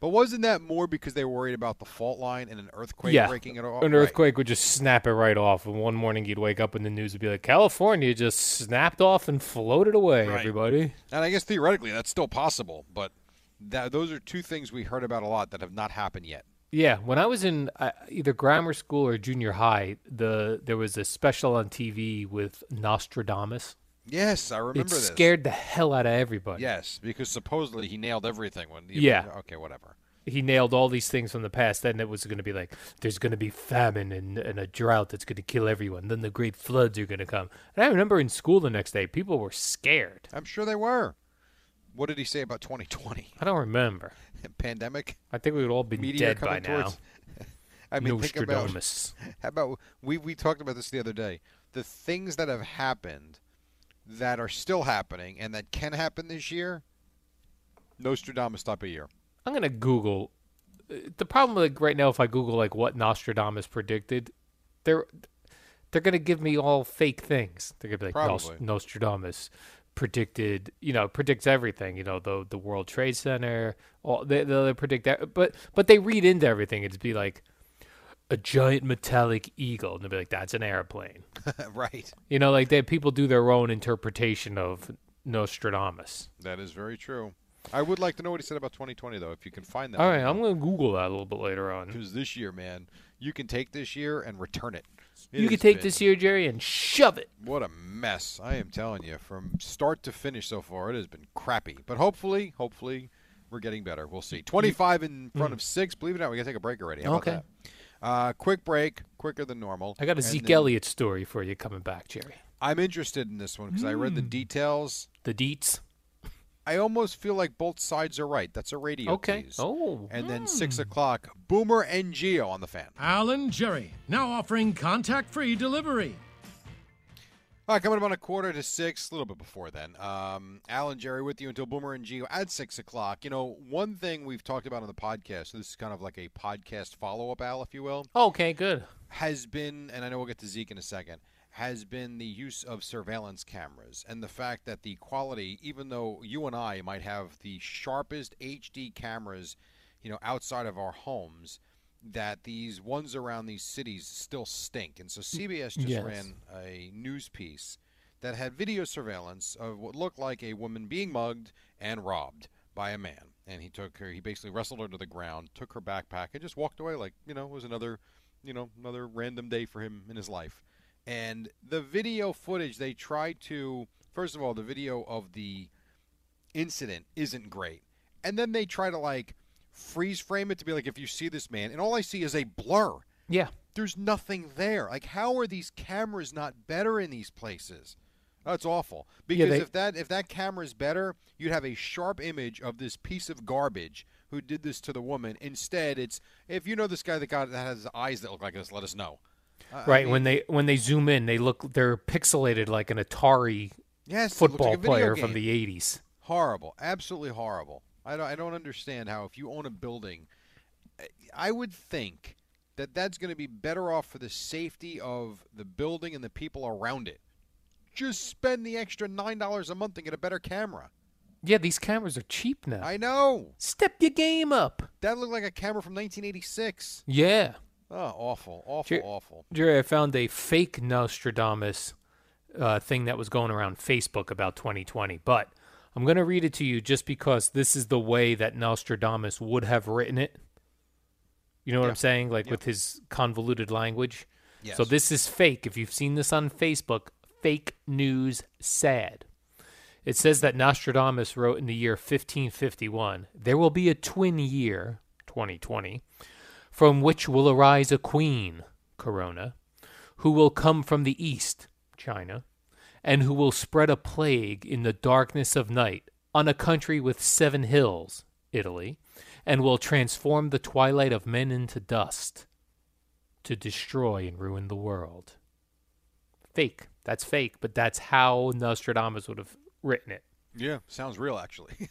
D: but wasn't that more because they were worried about the fault line and an earthquake
B: yeah,
D: breaking it off?
B: An
D: Right.
B: earthquake would just snap it right off, and one morning you'd wake up and the news would be like, "California just snapped off and floated away."
D: Right.
B: Everybody,
D: And I guess theoretically that's still possible, but that, those are two things we heard about a lot that have not happened yet.
B: yeah. When I was in uh, either grammar school or junior high, the there was a special on TV with Nostradamus.
D: Yes, I remember
B: It
D: this.
B: scared the hell out of everybody.
D: Yes, because supposedly he nailed everything when.
B: Yeah.
D: Okay, whatever.
B: he nailed all these things from the past. Then it was going to be like, there's going to be famine and, and a drought that's going to kill everyone. Then the great floods are going to come. And I remember in school the next day, people were scared.
D: I'm sure they were. What did he say about 2020
B: I don't remember.
D: pandemic?
B: I think we would all be
D: Meteor
B: dead by
D: coming
B: now.
D: towards. I mean, think about
B: Nostradamus.
D: How about we we talked about this the other day? The things that have happened that are still happening and that can happen this year. Nostradamus type of year.
B: I'm going to Google. uh, The problem like right now, if I Google like what Nostradamus predicted, they're they're going to give me all fake things. They're going to be like Nos-
D: Probably.
B: Nostradamus predicted, you know, predicts everything. You know, the the World Trade Center. All they they will predict that, but but they read into everything. It'd be like a giant metallic eagle, and they'll be like, that's an airplane.
D: right.
B: You know, like they people do their own interpretation of Nostradamus.
D: That is very true. I would like to know what he said about 2020 though, if you can find that.
B: All right, I'm going to Google that a little bit later on.
D: Because this year, man, you can take this year and return it. It
B: You could
D: has
B: take
D: been-
B: this year, Jerry, and shove it.
D: What a mess! I am telling you, from start to finish so far, it has been crappy. But hopefully, hopefully, we're getting better. We'll see. Twenty-five in front of six. Believe it or not, we gotta take a break already. How
B: Mm. Okay.
D: about that? Uh, quick break, quicker than normal.
B: I got a
D: And
B: Zeke
D: then-
B: Elliott story for you coming back, Jerry. Mm.
D: I'm interested in this one because I read the details.
B: The deets.
D: I almost feel like both sides are right. That's a radio
B: Okay.
D: tease.
B: Oh.
D: And then six o'clock, Boomer and Geo on the fan.
E: Alan Jerry, now offering contact free delivery.
D: All right, coming up on a quarter to six, a little bit before then. Um, Alan Jerry with you until Boomer and Geo at six o'clock. You know, one thing we've talked about on the podcast, so this is kind of like a podcast follow up, Al, if you will,
B: Okay, good.
D: has been, and I know we'll get to Zeke in a second, has been the use of surveillance cameras and the fact that the quality, even though you and I might have the sharpest HD cameras, you know, outside of our homes, that these ones around these cities still stink. And so CBS just
B: Yes.
D: ran a news piece that had video surveillance of what looked like a woman being mugged and robbed by a man. And he took her, he basically wrestled her to the ground, took her backpack, and just walked away like, you know, it was another, you know, another random day for him in his life. And the video footage, they tried to, first of all, the video of the incident isn't great. And then they try to like freeze frame it to be like, if you see this man, and all I see is a blur.
B: Yeah.
D: There's nothing there. Like, how are these cameras not better in these places? That's awful. Because
B: they-
D: if that if that camera is better, you'd have a sharp image of this piece of garbage who did this to the woman. Instead, it's if you know this guy that got that has eyes that look like this, let us know.
B: right. when they when they zoom in, they look they're pixelated like an Atari
D: Yes, it looks
B: football
D: like a video
B: player from
D: game.
B: the eighties.
D: Horrible. Absolutely horrible. I don't, I don't understand how, if you own a building, I- I would think that that's going to be better off for the safety of the building and the people around it. Just spend the extra $9 a month and get a better camera.
B: Yeah, these cameras are cheap now.
D: I know.
B: Step your game up.
D: That looked like a camera from 1986.
B: Yeah.
D: Oh, awful, awful,
B: Jer-
D: awful.
B: Jerry, I found a fake Nostradamus uh, thing that was going around Facebook about 2020, but I'm going to read it to you just because this is the way that Nostradamus would have written it. You know what I'm saying? Like with his convoluted language. So
D: Yes.
B: this is fake. If you've seen this on Facebook, fake news sad. It says that Nostradamus wrote in the year 1551 there will be a twin year, 2020, from which will arise a queen, Corona, who will come from the east, China, and who will spread a plague in the darkness of night on a country with seven hills, Italy, and will transform the twilight of men into dust to destroy and ruin the world. Fake. That's fake, but that's how Nostradamus would have written it.
D: Yeah, sounds real, actually.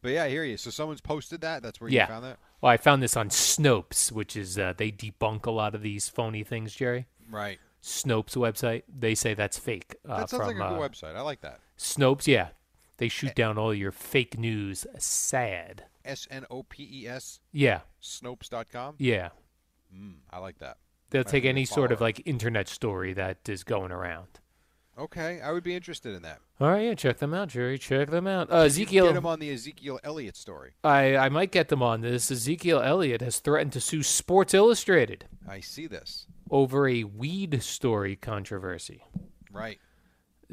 D: but yeah, I hear you. So someone's posted that? That's where you
B: yeah.
D: found that?
B: Well, I found this on Snopes, which is uh, they debunk a lot of these phony things, Jerry.
D: Right.
B: Snopes website, they say that's fake. Uh,
D: that sounds
B: from,
D: like a
B: uh,
D: good Eh. website. I like that.
B: Snopes, yeah. They shoot down all your fake news. Sad.
D: S N O P E S,
B: Yeah,
D: Snopes.com.
B: yeah.
D: Mm, I like that.
B: They'll
D: Might
B: take
D: be a
B: any sort of
D: follow-up.
B: like internet story that is going around.
D: Okay, I would be interested in that.
B: All right, yeah, check them out, Jerry. Check them out. Uh,
D: You
B: Ezekiel,
D: Get him on the Ezekiel Elliott story.
B: I, I might get them on this. Ezekiel Elliott has threatened to sue Sports Illustrated
D: I see this.
B: over a weed story controversy.
D: Right.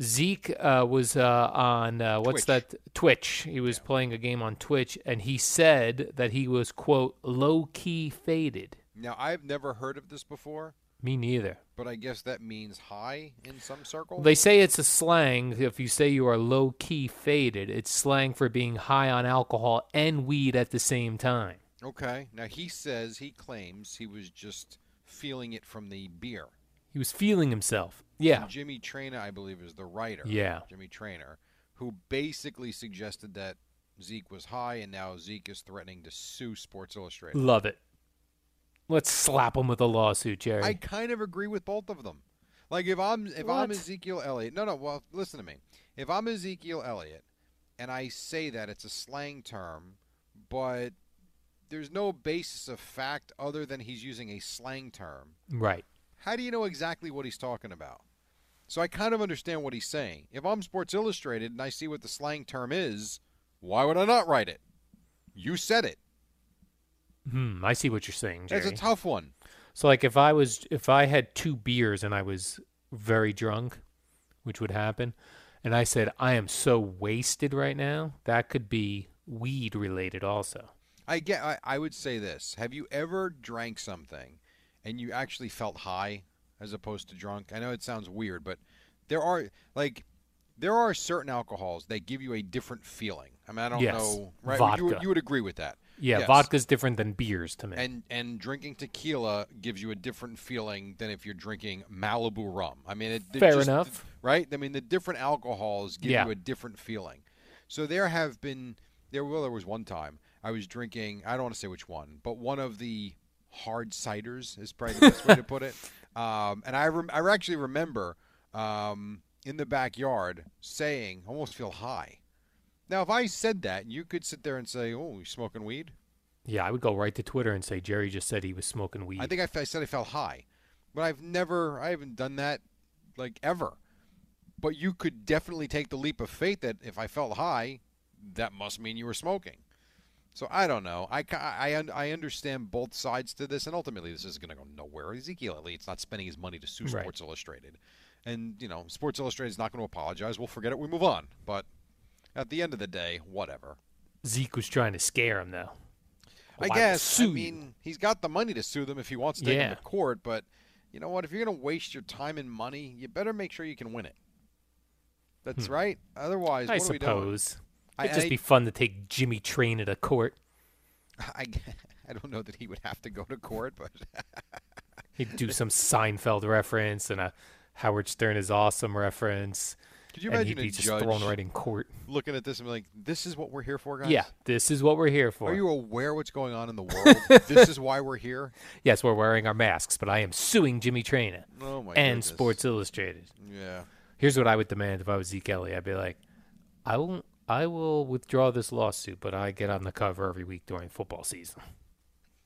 B: Zeke uh, was uh, on uh, what's
D: Twitch.
B: that Twitch? He was playing a game on Twitch, and he said that he was quote low key faded.
D: Now, I've never heard of this before,
B: Me neither.
D: but I guess that means high in some circles.
B: They say it's a slang. If you say you are low key faded, it's slang for being high on alcohol and weed at the same time.
D: okay. Now, he says, he claims he was just feeling it from the beer.
B: He was feeling himself. Yeah.
D: And Jimmy Trainer, I believe, is the writer.
B: Yeah.
D: Jimmy Trainer, who basically suggested that Zeke was high, and now Zeke is threatening to sue Sports Illustrated.
B: Love it. Let's slap him with a lawsuit, Jerry.
D: I kind of agree with both of them. Like if I'm if I'm
B: What?
D: Ezekiel Elliott, no, no. Well, listen to me. If I'm Ezekiel Elliott, and I say that it's a slang term, but there's no basis of fact other than he's using a slang term.
B: right.
D: How do you know exactly what he's talking about? So I kind of understand what he's saying. If I'm Sports Illustrated and I see what the slang term is, why would I not write it? You said it.
B: Hmm. I see what you're saying, Jerry.
D: That's a tough one.
B: so, like, if I was, if I had two beers and I was very drunk, which would happen, and I said I am so wasted right now, that could be weed related, also.
D: I get. I, I would say this: Have you ever drank something, and you actually felt high as opposed to drunk? I know it sounds weird, but there are like there are certain alcohols that give you a different feeling. I mean, I don't
B: Yes.
D: know, right? You,
B: Vodka.
D: would, you would agree with that?
B: Yeah,
D: Yes.
B: vodka's different than beers to me.
D: And and drinking tequila gives you a different feeling than if you're drinking Malibu rum. I mean, it, it
B: Fair
D: just-
B: enough.
D: right? I mean, the different alcohols give
B: Yeah.
D: you a different feeling. So there have been there. Well, there was one time I was drinking. I don't want to say which one, but one of the hard ciders is probably the best way to put it. Um, and I rem- I actually remember um, in the backyard saying, "I "Almost feel high." Now, if I said that, you could sit there and say, "Oh, you smoking weed?"
B: yeah, I would go right to Twitter and say Jerry just said he was smoking weed.
D: I think I, f- I said I felt high, but I've never, I haven't done that like ever. But you could definitely take the leap of faith that if I felt high, that must mean you were smoking. So I don't know. I ca- I, un- I understand both sides to this, and ultimately this is going to go nowhere. Ezekiel Elliott's not spending his money to sue
B: Right.
D: Sports Illustrated, and you know Sports Illustrated is not going to apologize. We'll forget it. We move on. But at the end of the day, whatever.
B: Zeke was trying to scare him though.
D: I
B: will
D: guess. I
B: sue you.
D: mean, he's got the money to sue them if he wants to take them
B: Yeah.
D: to court, but you know what? If you're going to waste your time and money, you better make sure you can win it. That's right. Otherwise,
B: Hmm. I
D: what are we doing?
B: suppose.
D: I-
B: It'd just
D: I-
B: be fun to take Jimmy Train at a court.
D: I, I don't know that he would have to go to court, but
B: He'd do some Seinfeld reference and a Howard Stern is awesome reference.
D: could you
B: and
D: imagine
B: he'd be
D: a
B: just
D: judge
B: thrown right in court.
D: looking at this and be like, "This is what we're here for, guys."
B: Yeah, this is what we're here for.
D: Are you aware what's going on in the world? this is why we're here.
B: yes, we're wearing our masks, but I am suing Jimmy Traina
D: Oh my
B: and
D: goodness.
B: Sports Illustrated.
D: Yeah.
B: Here's what I would demand if I was Zeke Elliott. I'd be like, I will, I will withdraw this lawsuit, but I get on the cover every week during football season.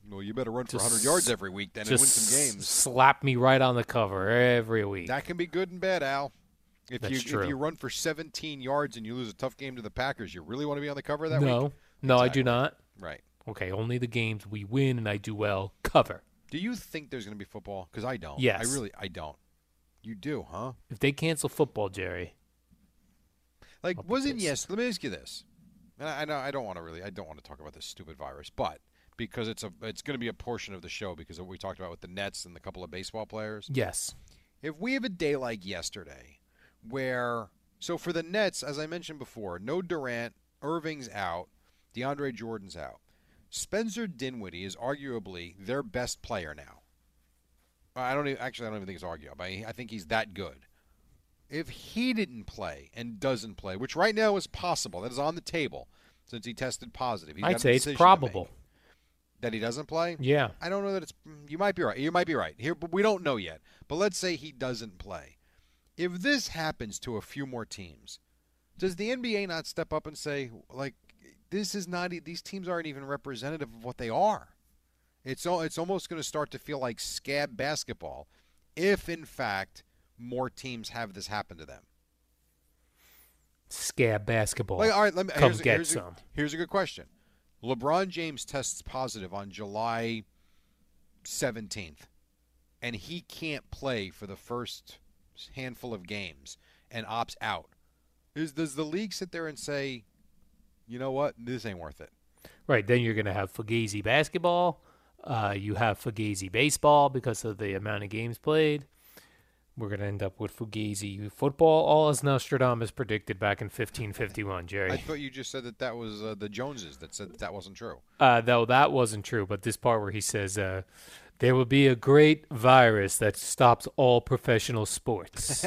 D: Well, you better run for
B: Just
D: 100 yards every week then and
B: Just
D: win some games.
B: s- slap me right on the cover every week.
D: That can be good and bad, Al. If
B: That's
D: you if
B: true.
D: you run for 17 yards and you lose a tough game to the Packers, you really want to be on the cover that
B: no,
D: week?
B: no, I
D: Exactly.
B: do not.
D: Right.
B: Okay, only the games we win and I do well cover.
D: Do you think there's going to be football? Because I don't.
B: Yes.
D: I really I don't. You do, huh?
B: If they cancel football, Jerry,
D: Like
B: I'll be
D: wasn't
B: pissed.
D: yes? Let me ask you this. And I, I know I don't want to really I don't want to talk about this stupid virus, but because it's a it's going to be a portion of the show because of what we talked about with the Nets and the couple of baseball players.
B: yes,
D: if we have a day like yesterday where so for the Nets, as I mentioned before, no Durant, Irving's out, DeAndre Jordan's out. Spencer Dinwiddie is arguably their best player now. I don't even, actually I don't even think it's arguable. I, I think he's that good. If he didn't play and doesn't play, which right now is possible, that is on the table since he tested positive. He's got
B: I'd
D: a
B: say it's
D: decision to
B: probable.
D: make. that he doesn't play.
B: Yeah,
D: I don't know that it's. You might be right. You might be right here, but we don't know yet. But let's say he doesn't play. If this happens to a few more teams, does the NBA not step up and say, like, this is not. e- These teams aren't even representative of what they are. It's al- it's almost going to start to feel like scab basketball, if in fact more teams have this happen to them.
B: scab basketball.
D: Like, all right, let me
B: Come
D: here's, a-
B: get
D: here's a-
B: some.
D: here's a good question. LeBron James tests positive on July 17th, and he can't play for the first handful of games and opts out. Is, does the league sit there and say, you know what, this ain't worth it?
B: Right, then you're going to have Fugazi basketball. Uh, you have Fugazi baseball because of the amount of games played. We're going to end up with Fugazi football, all as Nostradamus predicted back in 1551,
D: I
B: Jerry.
D: thought you just said that that was uh, the Joneses that said that, that wasn't true.
B: Uh, though that wasn't true, but this part where he says, uh, there will be a great virus that stops all professional sports.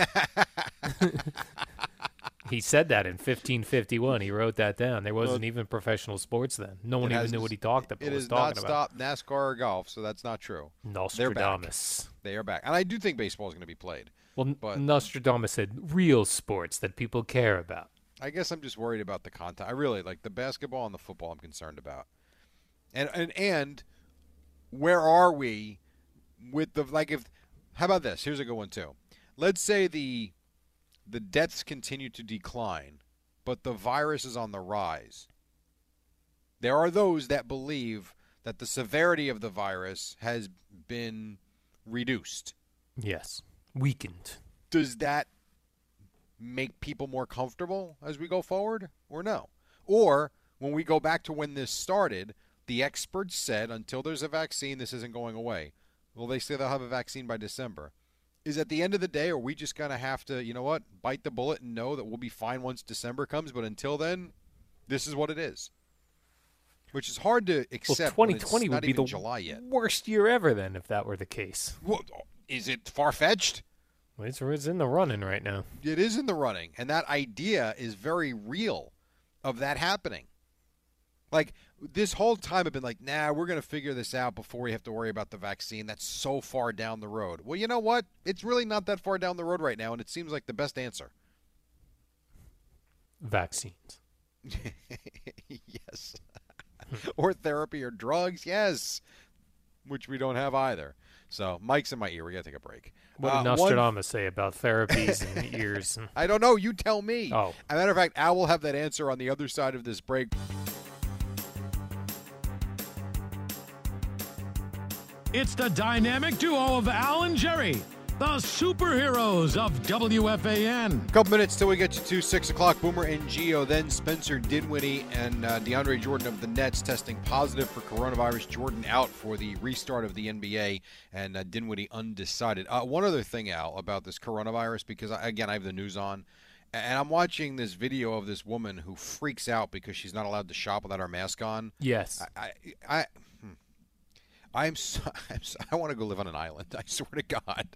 B: he said that in 1551. He wrote that down. There wasn't even professional sports then. No one
D: It
B: even
D: hasn't-
B: knew what he talked about.
D: It
B: was
D: has
B: talking about.
D: not stopped NASCAR or golf, so that's not true. They're back.
B: Nostradamus.
D: They are back. And I do think baseball is going to be played.
B: Well,
D: But-
B: Nostradamus said real sports that people care about.
D: I guess I'm just worried about the content. I really like the basketball and the football. I'm concerned about, and and and where are we with the like? If how about this? Here's a good one too. Let's say the the deaths continue to decline, but the virus is on the rise. There are those that believe that the severity of the virus has been reduced.
B: Yes, weakened.
D: does that make people more comfortable as we go forward or no? Or when we go back to when this started, the experts said until there's a vaccine, this isn't going away. Well, they say they'll have a vaccine by December. is at the end of the day, are we just gonna have to, you know what, bite the bullet and know that we'll be fine once December comes? But until then, this is what it is, which is hard to accept.
B: well,
D: when it's
B: 2020
D: not
B: would be
D: even
B: the
D: July yet.
B: worst year ever then if that were the case.
D: Well, is it far fetched?
B: It's, it's in the running right now.
D: It is in the running, and that idea is very real of that happening. Like this whole time, I've been like, "Nah, we're gonna figure this out before we have to worry about the vaccine." That's so far down the road. Well, you know what? It's really not that far down the road right now, and it seems like the best answer.
B: Vaccines.
D: yes. or therapy or drugs, yes. Which we don't have either. So Mike's in my ear. We gotta take a break.
B: What did
D: Uh, one-
B: Nostradamus say about therapies and ears? And,
D: I don't know. You tell me.
B: Oh.
D: As a matter of fact, I will have that answer on the other side of this break.
E: It's the dynamic duo of Al and Jerry, the superheroes of WFAN.
D: Couple minutes till we get you to six o'clock. Boomer and Geo, then Spencer Dinwiddie and uh, DeAndre Jordan of the Nets testing positive for coronavirus. Jordan out for the restart of the NBA, and uh, Dinwiddie undecided. Uh, one other thing, Al, about this coronavirus because I, again I have the news on, and I'm watching this video of this woman who freaks out because she's not allowed to shop without her mask on.
B: yes.
D: I, I, hmm. I'm so, I'm so, I want to go live on an island. I swear to God,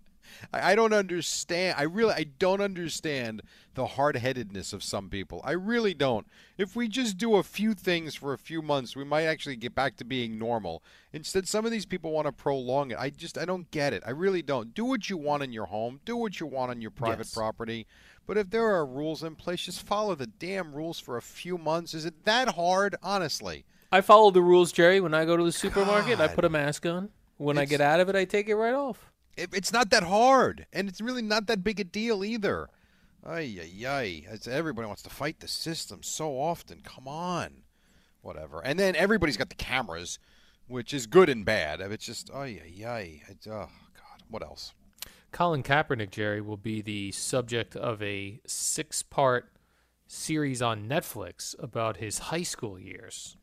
D: I, I don't understand. I really, I don't understand the hard-headedness of some people. I really don't. If we just do a few things for a few months, we might actually get back to being normal. Instead, some of these people want to prolong it. I just, I don't get it. I really don't. Do what you want in your home. Do what you want on your private
B: Yes.
D: property. But if there are rules in place, just follow the damn rules for a few months. Is it that hard? Honestly.
B: I follow the rules, Jerry. When I go to the supermarket, I
D: God.
B: put a mask on. When I
D: It's-
B: get out of it, I take it right off.
D: it, it's not that hard, and it's really not that big a deal either. Ay, ay, ay. It's, everybody wants to fight the system so often. Come on. Whatever. And then everybody's got the cameras, which is good and bad. It's just, ay, ay, ay. It's, oh, God. What else?
B: Colin Kaepernick, Jerry, will be the subject of a six part series on Netflix about his high school years.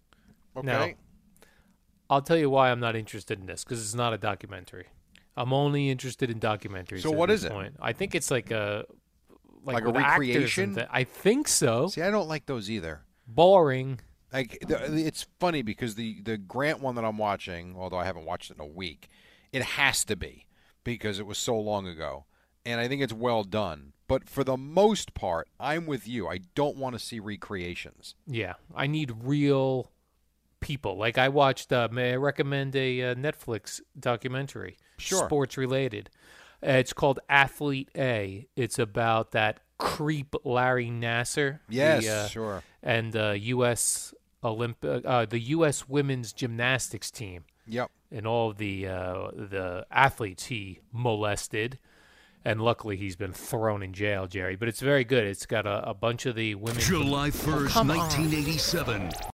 D: Okay.
B: Now, I'll tell you why I'm not interested in this because it's not a documentary. I'm only interested in documentaries.
D: So
B: at
D: what
B: this
D: is it?
B: Point. I think it's like a like,
D: Like a
B: with actors and
D: recreation?
B: thi- I think so.
D: See, I don't like those either.
B: Boring.
D: Like the, it's funny because the the Grant one that I'm watching, although I haven't watched it in a week, it has to be because it was so long ago, and I think it's well done. But for the most part, I'm with you. I don't want to see recreations.
B: Yeah, I need real people. Like I watched. Uh, may I recommend a uh, Netflix documentary?
D: Sure.
B: Sports related. Uh, it's called Athlete A. It's about that creep Larry Nasser. the,
D: Yes,
B: uh,
D: sure.
B: And uh, U.S. Olymp- uh, uh, the U.S. women's gymnastics team
D: Yep.
B: and all the uh, the athletes he molested. And luckily, he's been thrown in jail, Oh, Jerry. But it's very good. It's got a, a bunch of the women. from-
G: July 1st, 1987.